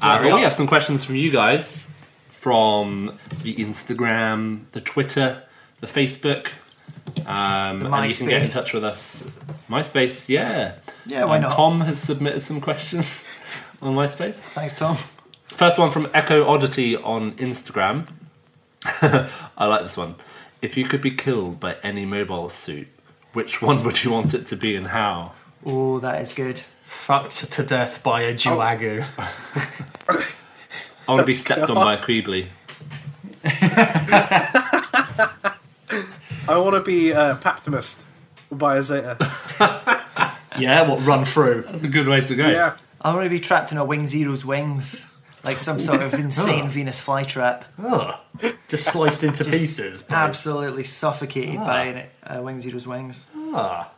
S3: uh, but we have some questions from you guys from the Instagram, the Twitter, the Facebook. Um, and you can get in
S1: MySpace.
S3: touch with us. MySpace, yeah.
S1: Yeah, why
S3: And
S1: not?
S3: Tom has submitted some questions on MySpace.
S1: Thanks, Tom.
S3: First one from Echo Oddity on Instagram. I like this one. If you could be killed by any mobile suit, which one would you want it to be and how?
S1: Oh, that is good.
S2: Fucked to death by
S1: Oh.
S2: a Juagu.
S3: I want to be stepped on by a Creedley.
S4: I want to be a uh, Paptimist by a Zeta.
S2: Yeah, what run through?
S3: That's a good way to go.
S4: yeah.
S1: I want to be trapped in a Wing Zero's wings, like some sort
S3: Oh.
S1: of insane Venus flytrap.
S2: Ugh. Just sliced into pieces. bro.
S1: Absolutely suffocated
S3: Ah.
S1: by an- uh, Wing Zero's wings.
S2: Ah.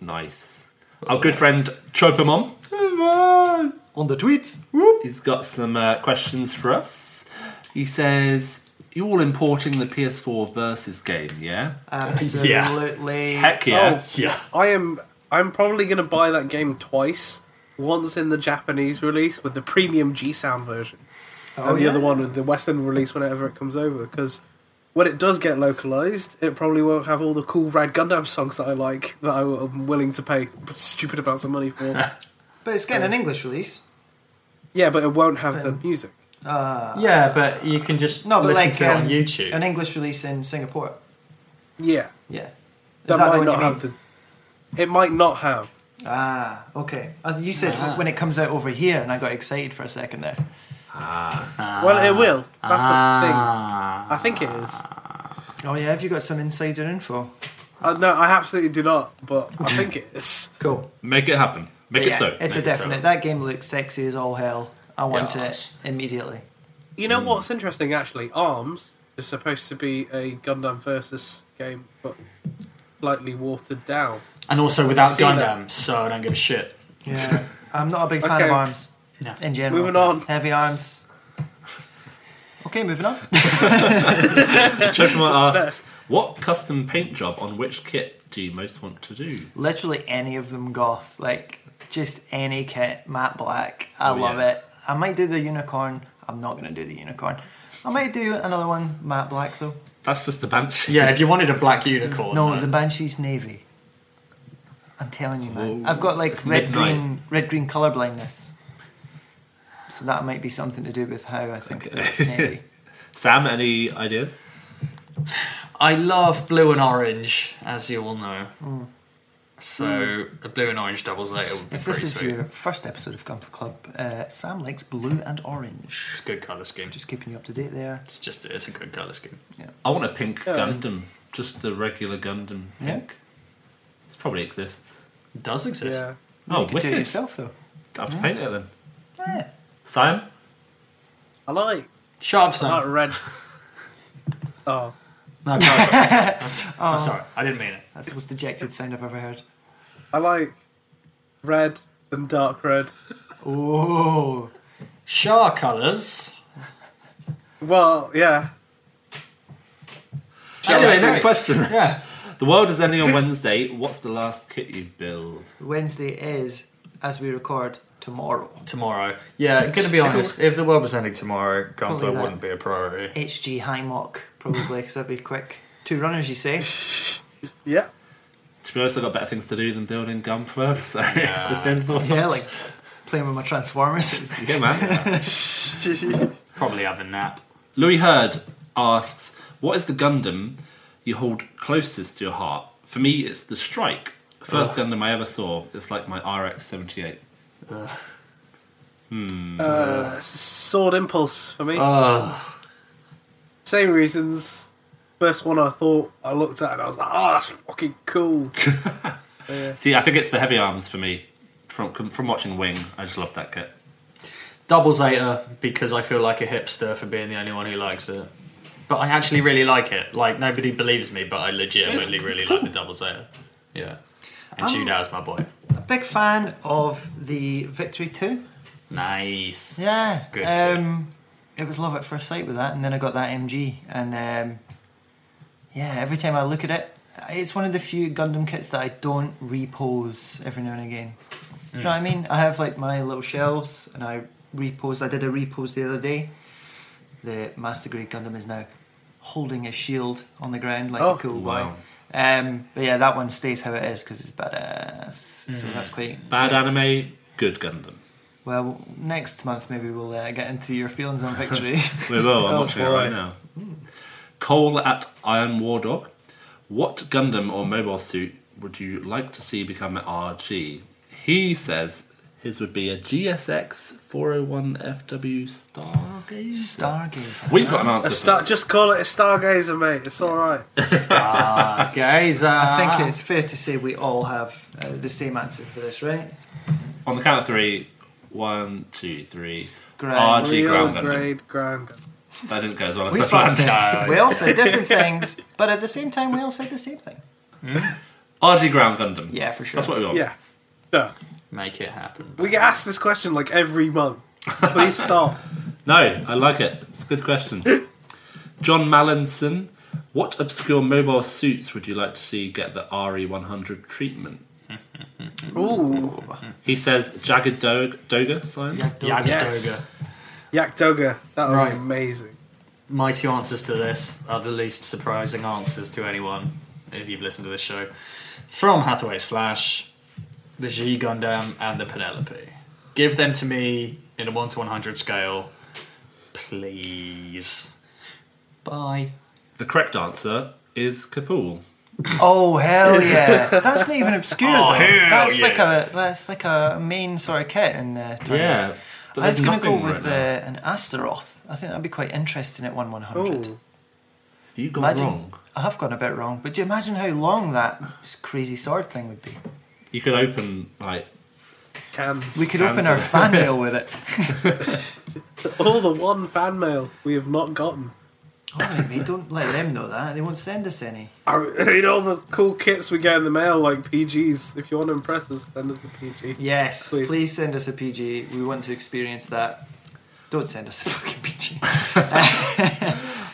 S3: Nice. Our good friend Chopamon,
S1: On the tweets.
S3: he's got some uh, questions for us. He says, "You all importing the PS4 versus game, yeah?
S1: Absolutely.
S3: Heck yeah!
S2: Yeah.
S4: I am. I'm probably going to buy that game twice. Once in the Japanese release with the premium G Sound version, and the
S1: Oh, yeah?
S4: other one with the Western release whenever it comes over. Because when it does get localized, it probably won't have all the cool Rad Gundam songs that I like that I'm willing to pay stupid amounts of money for.
S1: But it's getting an English release.
S4: yeah, but it won't have the music.
S2: Yeah, but you can just
S1: No, but
S2: listen
S1: like
S2: to it on
S1: um,
S2: YouTube.
S1: An English release in Singapore.
S4: Yeah,
S1: Yeah. Is
S4: that,
S1: the
S4: might
S1: one
S4: not
S1: you
S4: have
S1: mean?
S4: the. It might not have.
S1: Ah, okay. Uh, You said
S2: Ah.
S1: when it comes out over here, and I got excited for a second there.
S4: Well, it will. That's
S2: Ah.
S4: the thing. I think it is.
S1: Oh yeah, have you got some insider info?
S4: Uh, no, I absolutely do not, but I think it is.
S1: Cool.
S3: Make it happen. Make it
S1: yeah,
S3: so.
S1: it's a
S3: Make it so.
S1: definite. That game looks sexy as all hell. I want
S2: Yes.
S1: it immediately.
S4: You know what's interesting, actually? Arms is supposed to be a Gundam versus game, but slightly watered down.
S2: And also without
S4: See
S2: Gundam,
S4: that.
S2: so I don't give a shit.
S1: Yeah, I'm not a big fan
S4: Okay.
S1: of arms
S2: No.
S1: in general.
S4: Moving on.
S1: Heavy arms. Okay, moving on.
S3: Chopamon asks, "What custom paint job on which kit do you most want to do?"
S1: Literally any of them goth, like just any kit. Matte black. I
S3: Oh,
S1: love
S3: yeah.
S1: it. I might do the unicorn. I'm not gonna do the unicorn. I might do another one, matte black though.
S3: That's just a banshee.
S2: Yeah, if you wanted a black unicorn.
S1: No,
S2: then-
S1: the Banshee's navy. I'm telling you, man.
S3: Whoa.
S1: I've got like
S3: It's
S1: red
S3: midnight.
S1: green, red green color blindness. So that might be something to do with how I think that it's navy.
S3: Sam, any ideas?
S2: I love blue and orange, as you all know. So a blue and orange doubles later would be
S1: Mm. If this
S2: pretty
S1: is
S2: sweet.
S1: your first episode of Gun Club, uh, Sam likes blue and orange.
S2: It's a good colour scheme. Just
S1: Just keeping you up to date there.
S2: it's just it's a good colour scheme.
S3: I want a pink
S4: Yeah, it's-
S3: Gundam, just a regular Gundam
S1: Yeah.
S3: pink. It probably exists.
S2: It does exist.
S4: Yeah.
S3: Oh,
S1: You could do
S3: wicked!
S1: it
S3: I
S1: yourself though.
S3: have to paint it then.
S1: Yeah.
S3: Sam,
S4: I like
S2: Sharp
S4: that
S2: sun.
S4: red. Oh,
S2: No, go for it. I'm, sorry. I'm so-
S1: Oh.
S2: I'm sorry. I didn't mean it.
S1: That's the most dejected sound I've ever heard.
S4: I like red and dark red.
S1: Oh.
S2: Shar colours.
S4: Well, yeah.
S3: Anyway, next question.
S2: Yeah.
S3: The world is ending on Wednesday. What's the last kit you build?
S1: Wednesday is, as we record, tomorrow.
S2: Tomorrow. Yeah, gonna be honest, if the world was ending tomorrow,
S1: Probably
S2: Gunpla
S1: that.
S2: wouldn't be a priority.
S1: HG High Mock, probably, because that'd be quick. Two runners, you say?
S4: Yeah.
S3: To be honest, I've got better things to do than building Gunpla, so
S2: Yeah.
S3: just end the
S1: yeah, like playing with my Transformers.
S3: yeah, man.
S2: Probably have a nap.
S3: Louis Hurd asks, "What is the Gundam you hold closest to your heart?" For me, it's the Strike. First Gundam I ever saw. It's like my RX-78.
S4: Uh, sword impulse for me. Same reasons. First one I thought I looked at and I was like, oh, that's fucking cool.
S3: See, I think it's the heavy arms for me. From from watching Wing, I just love that kit.
S2: Double Zeta because I feel like a hipster for being the only one who likes it. But I actually really like it. Like nobody believes me, but I legitimately
S3: It's- it's
S2: really
S3: cool.
S2: like the Double Zeta. Yeah. And Judao's my boy.
S1: A big fan of the Victory 2.
S2: Nice.
S1: Yeah.
S2: Good. kid.
S1: um, it was love at first sight with that, and then I got that MG, and um, yeah, every time I look at it, it's one of the few Gundam kits that I don't repose every now and again. Do you know what I mean? I have like my little shelves, and I repose. I did a repose the other day. The Master Grade Gundam is now holding a shield on the ground like
S4: Oh,
S1: a cool
S3: wow.
S1: boy. Um, but yeah, that one stays how it is because it's badass. So that's quite
S3: Bad anime, good Gundam.
S1: well, next month maybe we'll uh, get into your feelings on victory.
S3: We will. I'm
S4: Oh,
S3: watching it right
S4: boy.
S3: now. Cole at Iron War Dog. What Gundam or mobile suit would you like to see become an RG? He says his would be a GSX 401 FW Stargaze.
S1: Stargazer.
S3: We've got an
S4: A
S3: answer.
S4: star-
S3: Star-
S4: just call it a stargazer, mate. It's all right.
S2: Stargazer.
S1: I think it's fair to say we all have uh, the same answer for this, right?
S3: On the count of three. One, two, three.
S1: Grand.
S3: RG
S4: Real
S3: ground Gundam.
S4: grade ground. Gundam.
S3: That didn't go as well as
S1: We
S3: I
S1: fucked
S3: planned.
S1: it. We all said different things, but at the same time, we all said the same thing.
S3: RG ground Gundam.
S1: Yeah, for sure.
S3: That's what we want.
S4: Yeah. Duh.
S2: Make it happen.
S4: We get asked this question like every month. Please stop.
S3: No, I like it. It's a good question. John Mallinson, what obscure mobile suits would you like to see get the RE100 treatment?
S4: Ooh.
S3: He says Jagged Dog- Doga sign.
S2: Yagdoga.
S4: Yes. Yak Doga. That would
S2: Right.
S4: be amazing.
S2: My two answers to this are the least surprising answers to anyone if you've listened to this show. From Hathaway's Flash, the G Gundam, and the Penelope. Give them to me in a 1 to 100 scale, please. Bye.
S3: The correct answer is Kapul.
S1: Oh hell yeah! That's not even obscure. though.
S2: Oh, hell
S1: that's like
S2: yeah.
S1: a that's like a main sort of kit in uh, Target.
S3: Yeah. But
S1: I was
S3: there's
S1: gonna go
S3: nothing
S1: with uh,
S3: right now.
S1: an Astaroth. I think that'd be quite interesting at one one hundred.
S4: Ooh.
S3: You got
S1: Imagine
S3: wrong.
S1: I have gone a bit wrong, but do you imagine how long that crazy sword thing would be?
S3: You could open, like,
S4: Cans.
S1: We could open our fan mail with it.
S4: all the one fan mail we have not gotten.
S1: Alright, mate, Oh, don't let them know that. They won't send us any.
S4: I mean, all the cool kits we get in the mail, like PGs. If you want to impress us, send us the PG.
S1: Yes, please,
S4: Please.
S1: send us a PG. We want to experience that. Don't send us a fucking PG.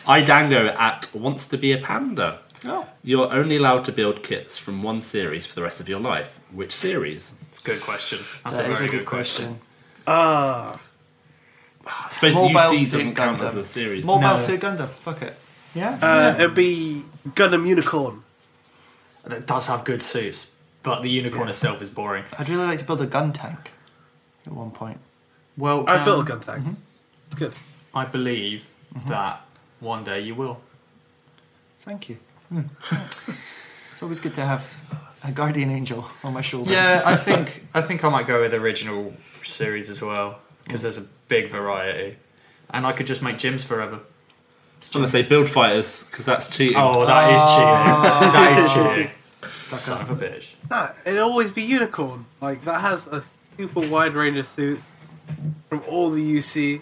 S3: Idango at Wants to Be a Panda.
S1: No.
S3: You're only allowed to build kits from one series for the rest of your life. Which series?
S2: It's a good question. That's
S1: That
S2: a
S1: is
S2: very good question.
S4: Ah.
S3: I suppose
S1: Mobile
S3: UC
S1: Suit
S3: doesn't count
S1: Gundam.
S3: as a series.
S1: Mobile
S2: No.
S1: Suit Gundam. Fuck it. Yeah.
S4: Uh, it'd be Gundam Unicorn.
S2: It does have good suits, but the unicorn itself is boring.
S1: I'd really like to build a gun tank at one point.
S2: Well, um,
S4: I built a gun tank. It's good.
S2: I believe that one day you will.
S1: Thank you. Hmm. it's always good to have a guardian angel on my shoulder.
S2: Yeah, I think I think I might go with original series as well because there's a big variety, and I could just make gyms forever.
S3: I'm gonna say build fighters because that's cheating.
S2: Oh, that is cheating. that is cheating. Son of a bitch.
S4: That it'd always be unicorn. Like that has a super wide range of suits from all the UC.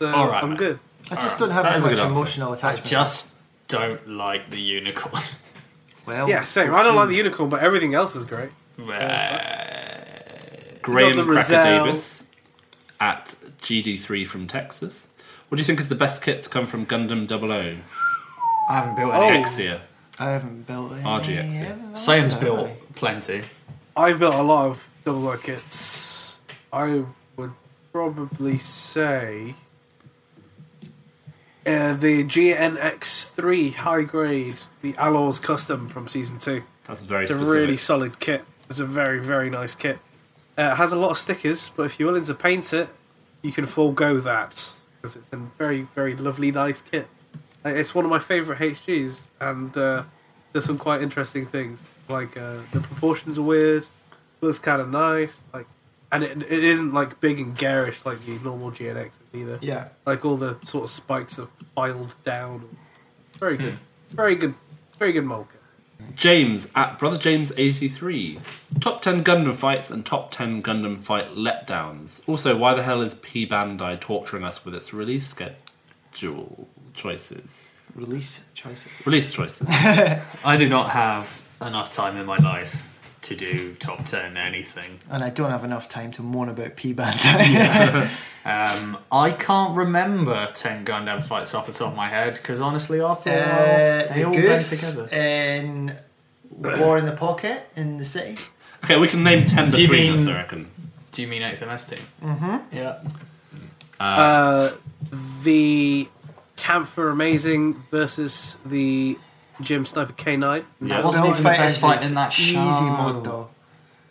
S4: So
S2: All right,
S4: I'm
S2: mate.
S4: good.
S1: I just don't have
S3: That
S1: as
S3: is a
S1: much
S3: good answer.
S1: emotional
S2: I
S1: attachment.
S2: just don't like the unicorn.
S1: well,
S4: Yeah, same. I don't like the unicorn, but everything else is great.
S3: Graham
S4: Got the
S3: Cracker
S4: Rizal.
S3: Davis at GD3 from Texas. What do you think is the best kit to come from Gundam 00?
S2: I haven't built
S4: Oh.
S2: any.
S3: Exia.
S1: I haven't built any.
S3: RGX, yeah.
S2: Sam's built plenty.
S4: I built a lot of double O kits. I would probably say uh, the GNX3 high grade, the Alors custom from season two.
S3: That's very
S4: It's a
S3: specific.
S4: really solid kit. It's a very, very nice kit. Uh, it has a lot of stickers, but if you're willing to paint it, you can forego that because it's a very, very lovely, nice kit. Uh, It's one of my favourite HGs, and uh, there's some quite interesting things. Like uh, the proportions are weird, looks kind of nice, like, and it, it isn't like big and garish like the normal GNXs either.
S1: Yeah.
S4: Like all the sort of spikes are filed down. Very
S3: Hmm.
S4: good, very good, very good mold kit.
S3: James at Brother James 83. Top 10 Gundam fights and top 10 Gundam fight letdowns. Also, why the hell is P Bandai torturing us with its release schedule choices?
S1: Release choices.
S3: Release choices.
S2: I do not have enough time in my life to do top ten anything.
S1: And I don't have enough time to moan about P Bandai.
S2: Um, I can't remember ten Gundam fights off the top of my head because honestly, after a while,
S1: Uh,
S2: they
S1: the
S2: all blend
S1: Goof
S2: together.
S1: in War in the Pocket in the city.
S3: okay, we can name 10
S2: Do you
S3: between
S2: mean-
S3: us, I reckon.
S2: Do you mean HMS team? Mm-hmm. Yeah.
S4: Uh, the Camp for Amazing versus the Gym Sniper K9.
S2: Yeah. It
S1: The
S2: wasn't
S1: whole
S2: even the best
S1: is
S2: fight in that
S1: easy
S2: show.
S1: mode though.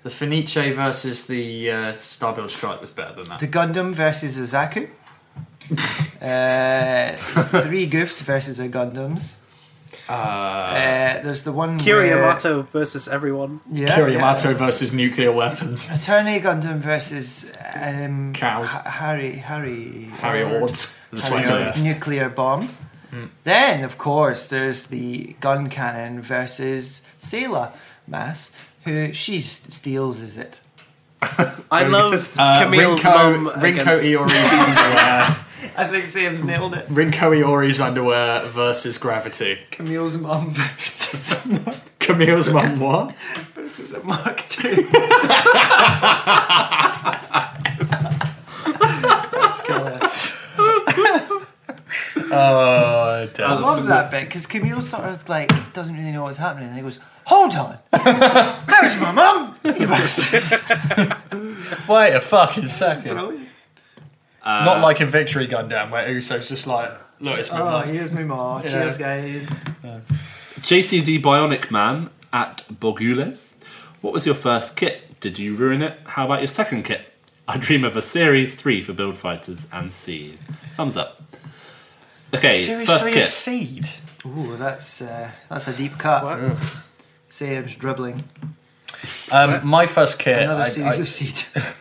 S2: The Fenice versus the uh, Starbuild Strike was better than that.
S1: The Gundam versus a Zaku. uh, three Goofs versus a Gundams.
S2: Uh,
S1: Uh, there's the one
S4: Kiriyamato versus everyone.
S1: Where, yeah,
S2: Kiriyamato versus nuclear weapons.
S1: yeah. Attorney Gundam versus um,
S2: Cows.
S1: Ha- Harry Harry
S2: Harry Awards.
S1: Harry
S2: Sweater
S1: Ward
S2: vest.
S1: nuclear bomb. Then, of course, there's the gun cannon versus Sailor Mass, who she s- steals, is it?
S4: I loved
S2: Uh,
S4: Camille's
S2: Rinko,
S4: mum
S2: Rinko
S4: against-
S2: Iori's underwear.
S1: I think Sam's nailed it.
S2: Rinko Iori's underwear versus gravity.
S1: Camille's mum versus
S2: Camille's mum what?
S1: versus a Mark II. That's killer.
S2: Oh, damn.
S1: I love that bit because Camille sort of like doesn't really know what's happening. And he goes, "Hold on, there's my mum." You bastard.
S2: Wait a fucking second.
S1: Brilliant.
S3: Uh,
S2: Not like in Victory Gundam where Uso's just like, look, it's my
S1: Oh,
S2: mum.
S1: here's my mum. Cheers, guys.
S3: JCD Bionic Man at Borgules. What was your first kit? Did you ruin it? How about your second kit? I dream of a Series 3 for Build Fighters and Seed. Thumbs up. Okay, first
S2: Seriously, of
S3: kit.
S2: seed.
S1: Ooh, that's uh, that's a deep cut. Sam's dribbling.
S2: Um, my first kit.
S1: Another
S2: I-
S1: series
S2: I-
S1: of seed.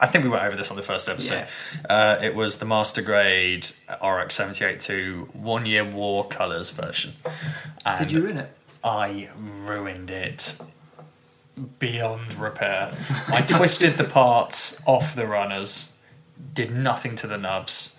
S2: I think we went over this on the first episode. Uh, it was the Master Grade RX 782 One Year War Colors version. And
S1: Did you ruin it?
S2: I ruined it beyond repair. I twisted the parts off the runners, did nothing to the nubs.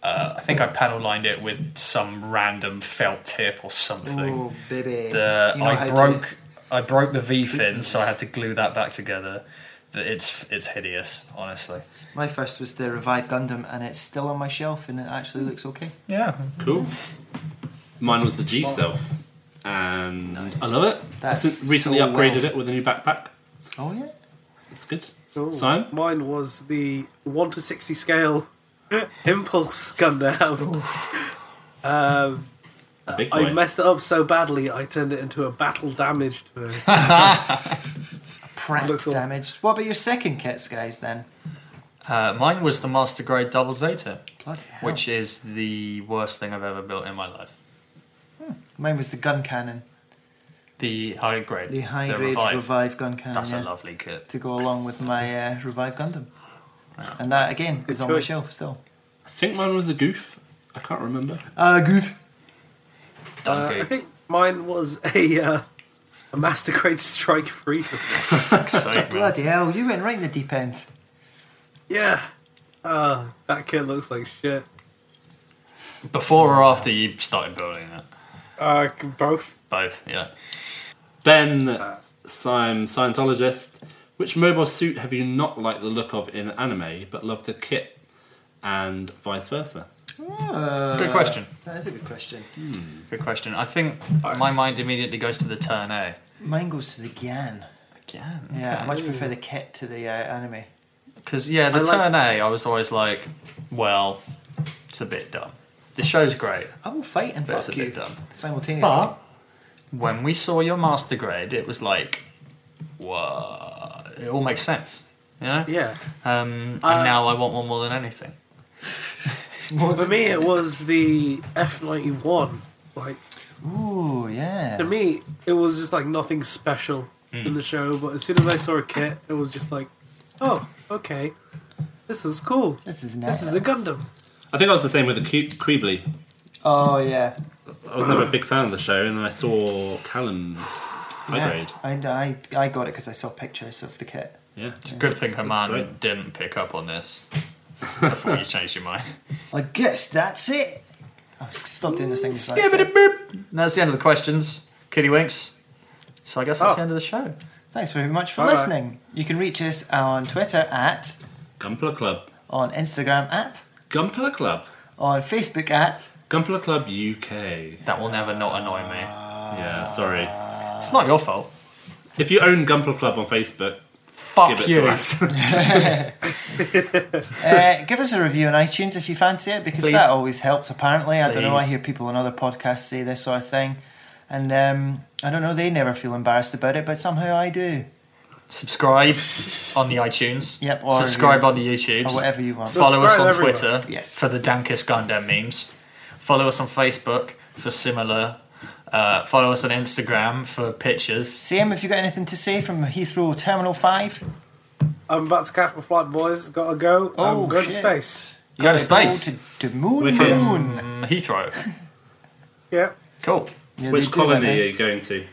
S2: Uh, I think I panel lined it with some random felt tip or something.
S1: Oh, baby.
S2: The,
S1: You know how
S2: I
S1: to-
S2: broke I broke the V fin, so I had to glue that back together. The- It's it's hideous, honestly.
S1: My first was the Revive Gundam, and it's still on my shelf, and it actually looks okay.
S2: Yeah,
S3: Cool. Mine was the G Self. And I love it.
S1: That's
S3: I since recently
S1: so
S3: upgraded
S1: well.
S3: it with a new backpack.
S1: Oh yeah.
S3: That's good.
S4: Ooh,
S3: Simon?
S4: Mine was the 1 to 60 scale Impulse Gundam. um,
S3: Big
S4: I
S3: boy.
S4: messed it up so badly, I turned it into a battle damaged version. Uh,
S1: Prat
S4: Looks all-
S1: damaged. What about your second kits, guys? Then.
S2: Uh, mine was the Master Grade Double Zeta,
S1: Bloody hell.
S2: which is the worst thing I've ever built in my life.
S1: Mine was the gun cannon.
S2: The high grade.
S1: The high grade revive.
S2: revive.
S1: gun cannon.
S2: That's
S1: yeah,
S2: a lovely kit.
S1: To go along with my uh, revive Gundam. And that again is on my
S4: choice.
S1: shelf still.
S3: I think mine was a goof. I can't remember.
S1: Uh, good.
S2: Done
S4: Uh, I
S2: good.
S4: think mine was a uh, a Master Grade Strike Free.
S2: So, man.
S1: Bloody hell, you went right in the deep end.
S4: yeah. Uh, that kid looks like shit.
S2: Before or after you started building it?
S4: Uh, c- both.
S2: Both, yeah.
S3: Ben, I'm Scientologist. Which mobile suit have you not liked the look of in anime, but loved the kit, and vice versa?
S1: Uh,
S2: Good question.
S1: That is a good question.
S2: Good question. I think my mind immediately goes to the turn A.
S1: Mine goes to the Gyan.
S2: Again.
S1: Yeah, I much prefer the kit to the uh, anime.
S2: Because yeah, the
S4: I like-
S2: turn A, I was always like, well, it's a bit dumb. The show's great,
S1: I will fight and
S2: That's
S1: fuck
S2: a bit
S1: you
S2: dumb.
S1: simultaneously.
S2: but when we saw your master grade, it was like, whoa, it all makes sense, you know.
S4: Yeah.
S2: Um, and
S4: Uh,
S2: now I want one more than anything.
S4: For me, it was the F ninety one. Like
S1: Ooh, yeah.
S4: to me, it was just like nothing special in the show. But as soon as I saw a kit, it was just like, oh, okay, this is cool.
S1: This is nice.
S4: This is a Gundam.
S3: I think I was the same with the Q- Queebly.
S1: oh yeah.
S3: I was never a big fan of the show, and then I saw Callum's high
S1: yeah.
S3: grade.
S1: I, I, I got it because I saw pictures of the kit.
S3: Yeah.
S2: It's a good thing her
S3: that's
S2: man
S3: great.
S2: didn't pick up on this before you changed your mind.
S1: I guess that's it. Oh, stop doing this thing. just like that.
S2: Skibbity-boop. That's the end of the questions, Kitty Winks. So I guess that's
S4: Oh.
S2: the end of the show.
S1: Thanks very much for
S4: Bye-bye.
S1: listening. You can reach us on Twitter at,
S3: Gumpler Club.
S1: on Instagram at,
S3: Gumpler Club.
S1: on Facebook at.
S3: Gumpler Club UK.
S2: That will never not annoy me.
S1: Ah.
S3: Yeah, sorry.
S2: It's not your fault.
S3: If you own Gumpler Club on Facebook,
S2: Fuck
S3: give it
S2: you.
S3: to us.
S1: Uh, give us a review on iTunes if you fancy it, because
S2: Please.
S1: that always helps. Apparently, I don't know. I
S2: Please.
S1: hear people on other podcasts say this sort of thing, and um, I don't know. They never feel embarrassed about it, but somehow I do.
S2: subscribe on the iTunes.
S1: Yep, or
S2: subscribe
S1: you-
S2: on the YouTube.
S1: or whatever you want.
S2: Follow us on
S4: Subscribe everywhere.
S2: Twitter
S1: Yes.
S2: for the dankest Gundam memes. Follow us on Facebook for similar. Uh, follow us on Instagram for pictures.
S1: Sam, have you got anything to say from Heathrow Terminal Five?
S4: I'm about to catch my flight, boys. Gotta go.
S1: Oh,
S4: um, go to
S1: shit.
S4: space.
S2: You go to space.
S1: Go to, to moon,
S3: Wicked.
S1: moon.
S2: Mm, Heathrow.
S4: Yeah.
S2: Cool.
S1: Yeah, they
S3: Which
S1: do that
S3: colony
S1: now.
S3: are you going to?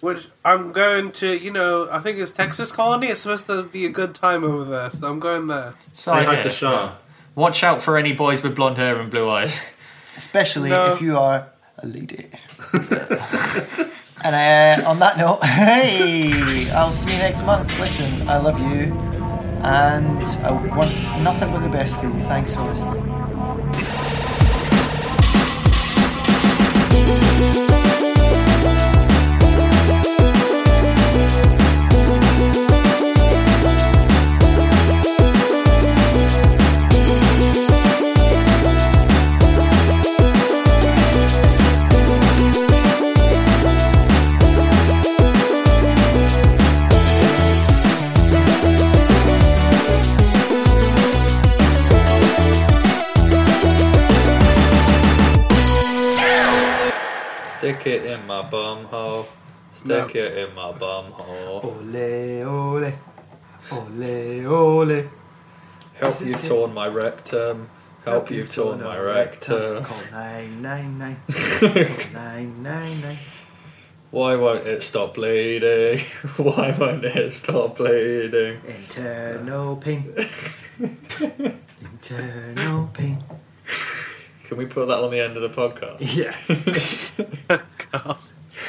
S4: Which I'm going to, you know, I think it's Texas colony. It's supposed to be a good time over there, so I'm going there.
S2: So,
S3: Say hi
S2: yeah.
S3: to Shah.
S2: Watch out for any boys with blonde hair and blue eyes.
S1: especially
S4: No.
S1: if you are a lady. and uh, on that note, hey, I'll see you next month. Listen, I love you, and I want nothing but the best for you. Thanks for listening.
S5: Stick it in my bum hole. Stick it in my bum hole.
S1: Ole, ole, ole, ole.
S5: Help you've torn my rectum. Help you've torn my rectum.
S1: Call 999. Call 999.
S5: Why won't it stop bleeding? Why won't it stop bleeding?
S1: Internal pain. Internal pain.
S5: Can we put that on the end of the podcast?
S1: Yeah.
S4: God.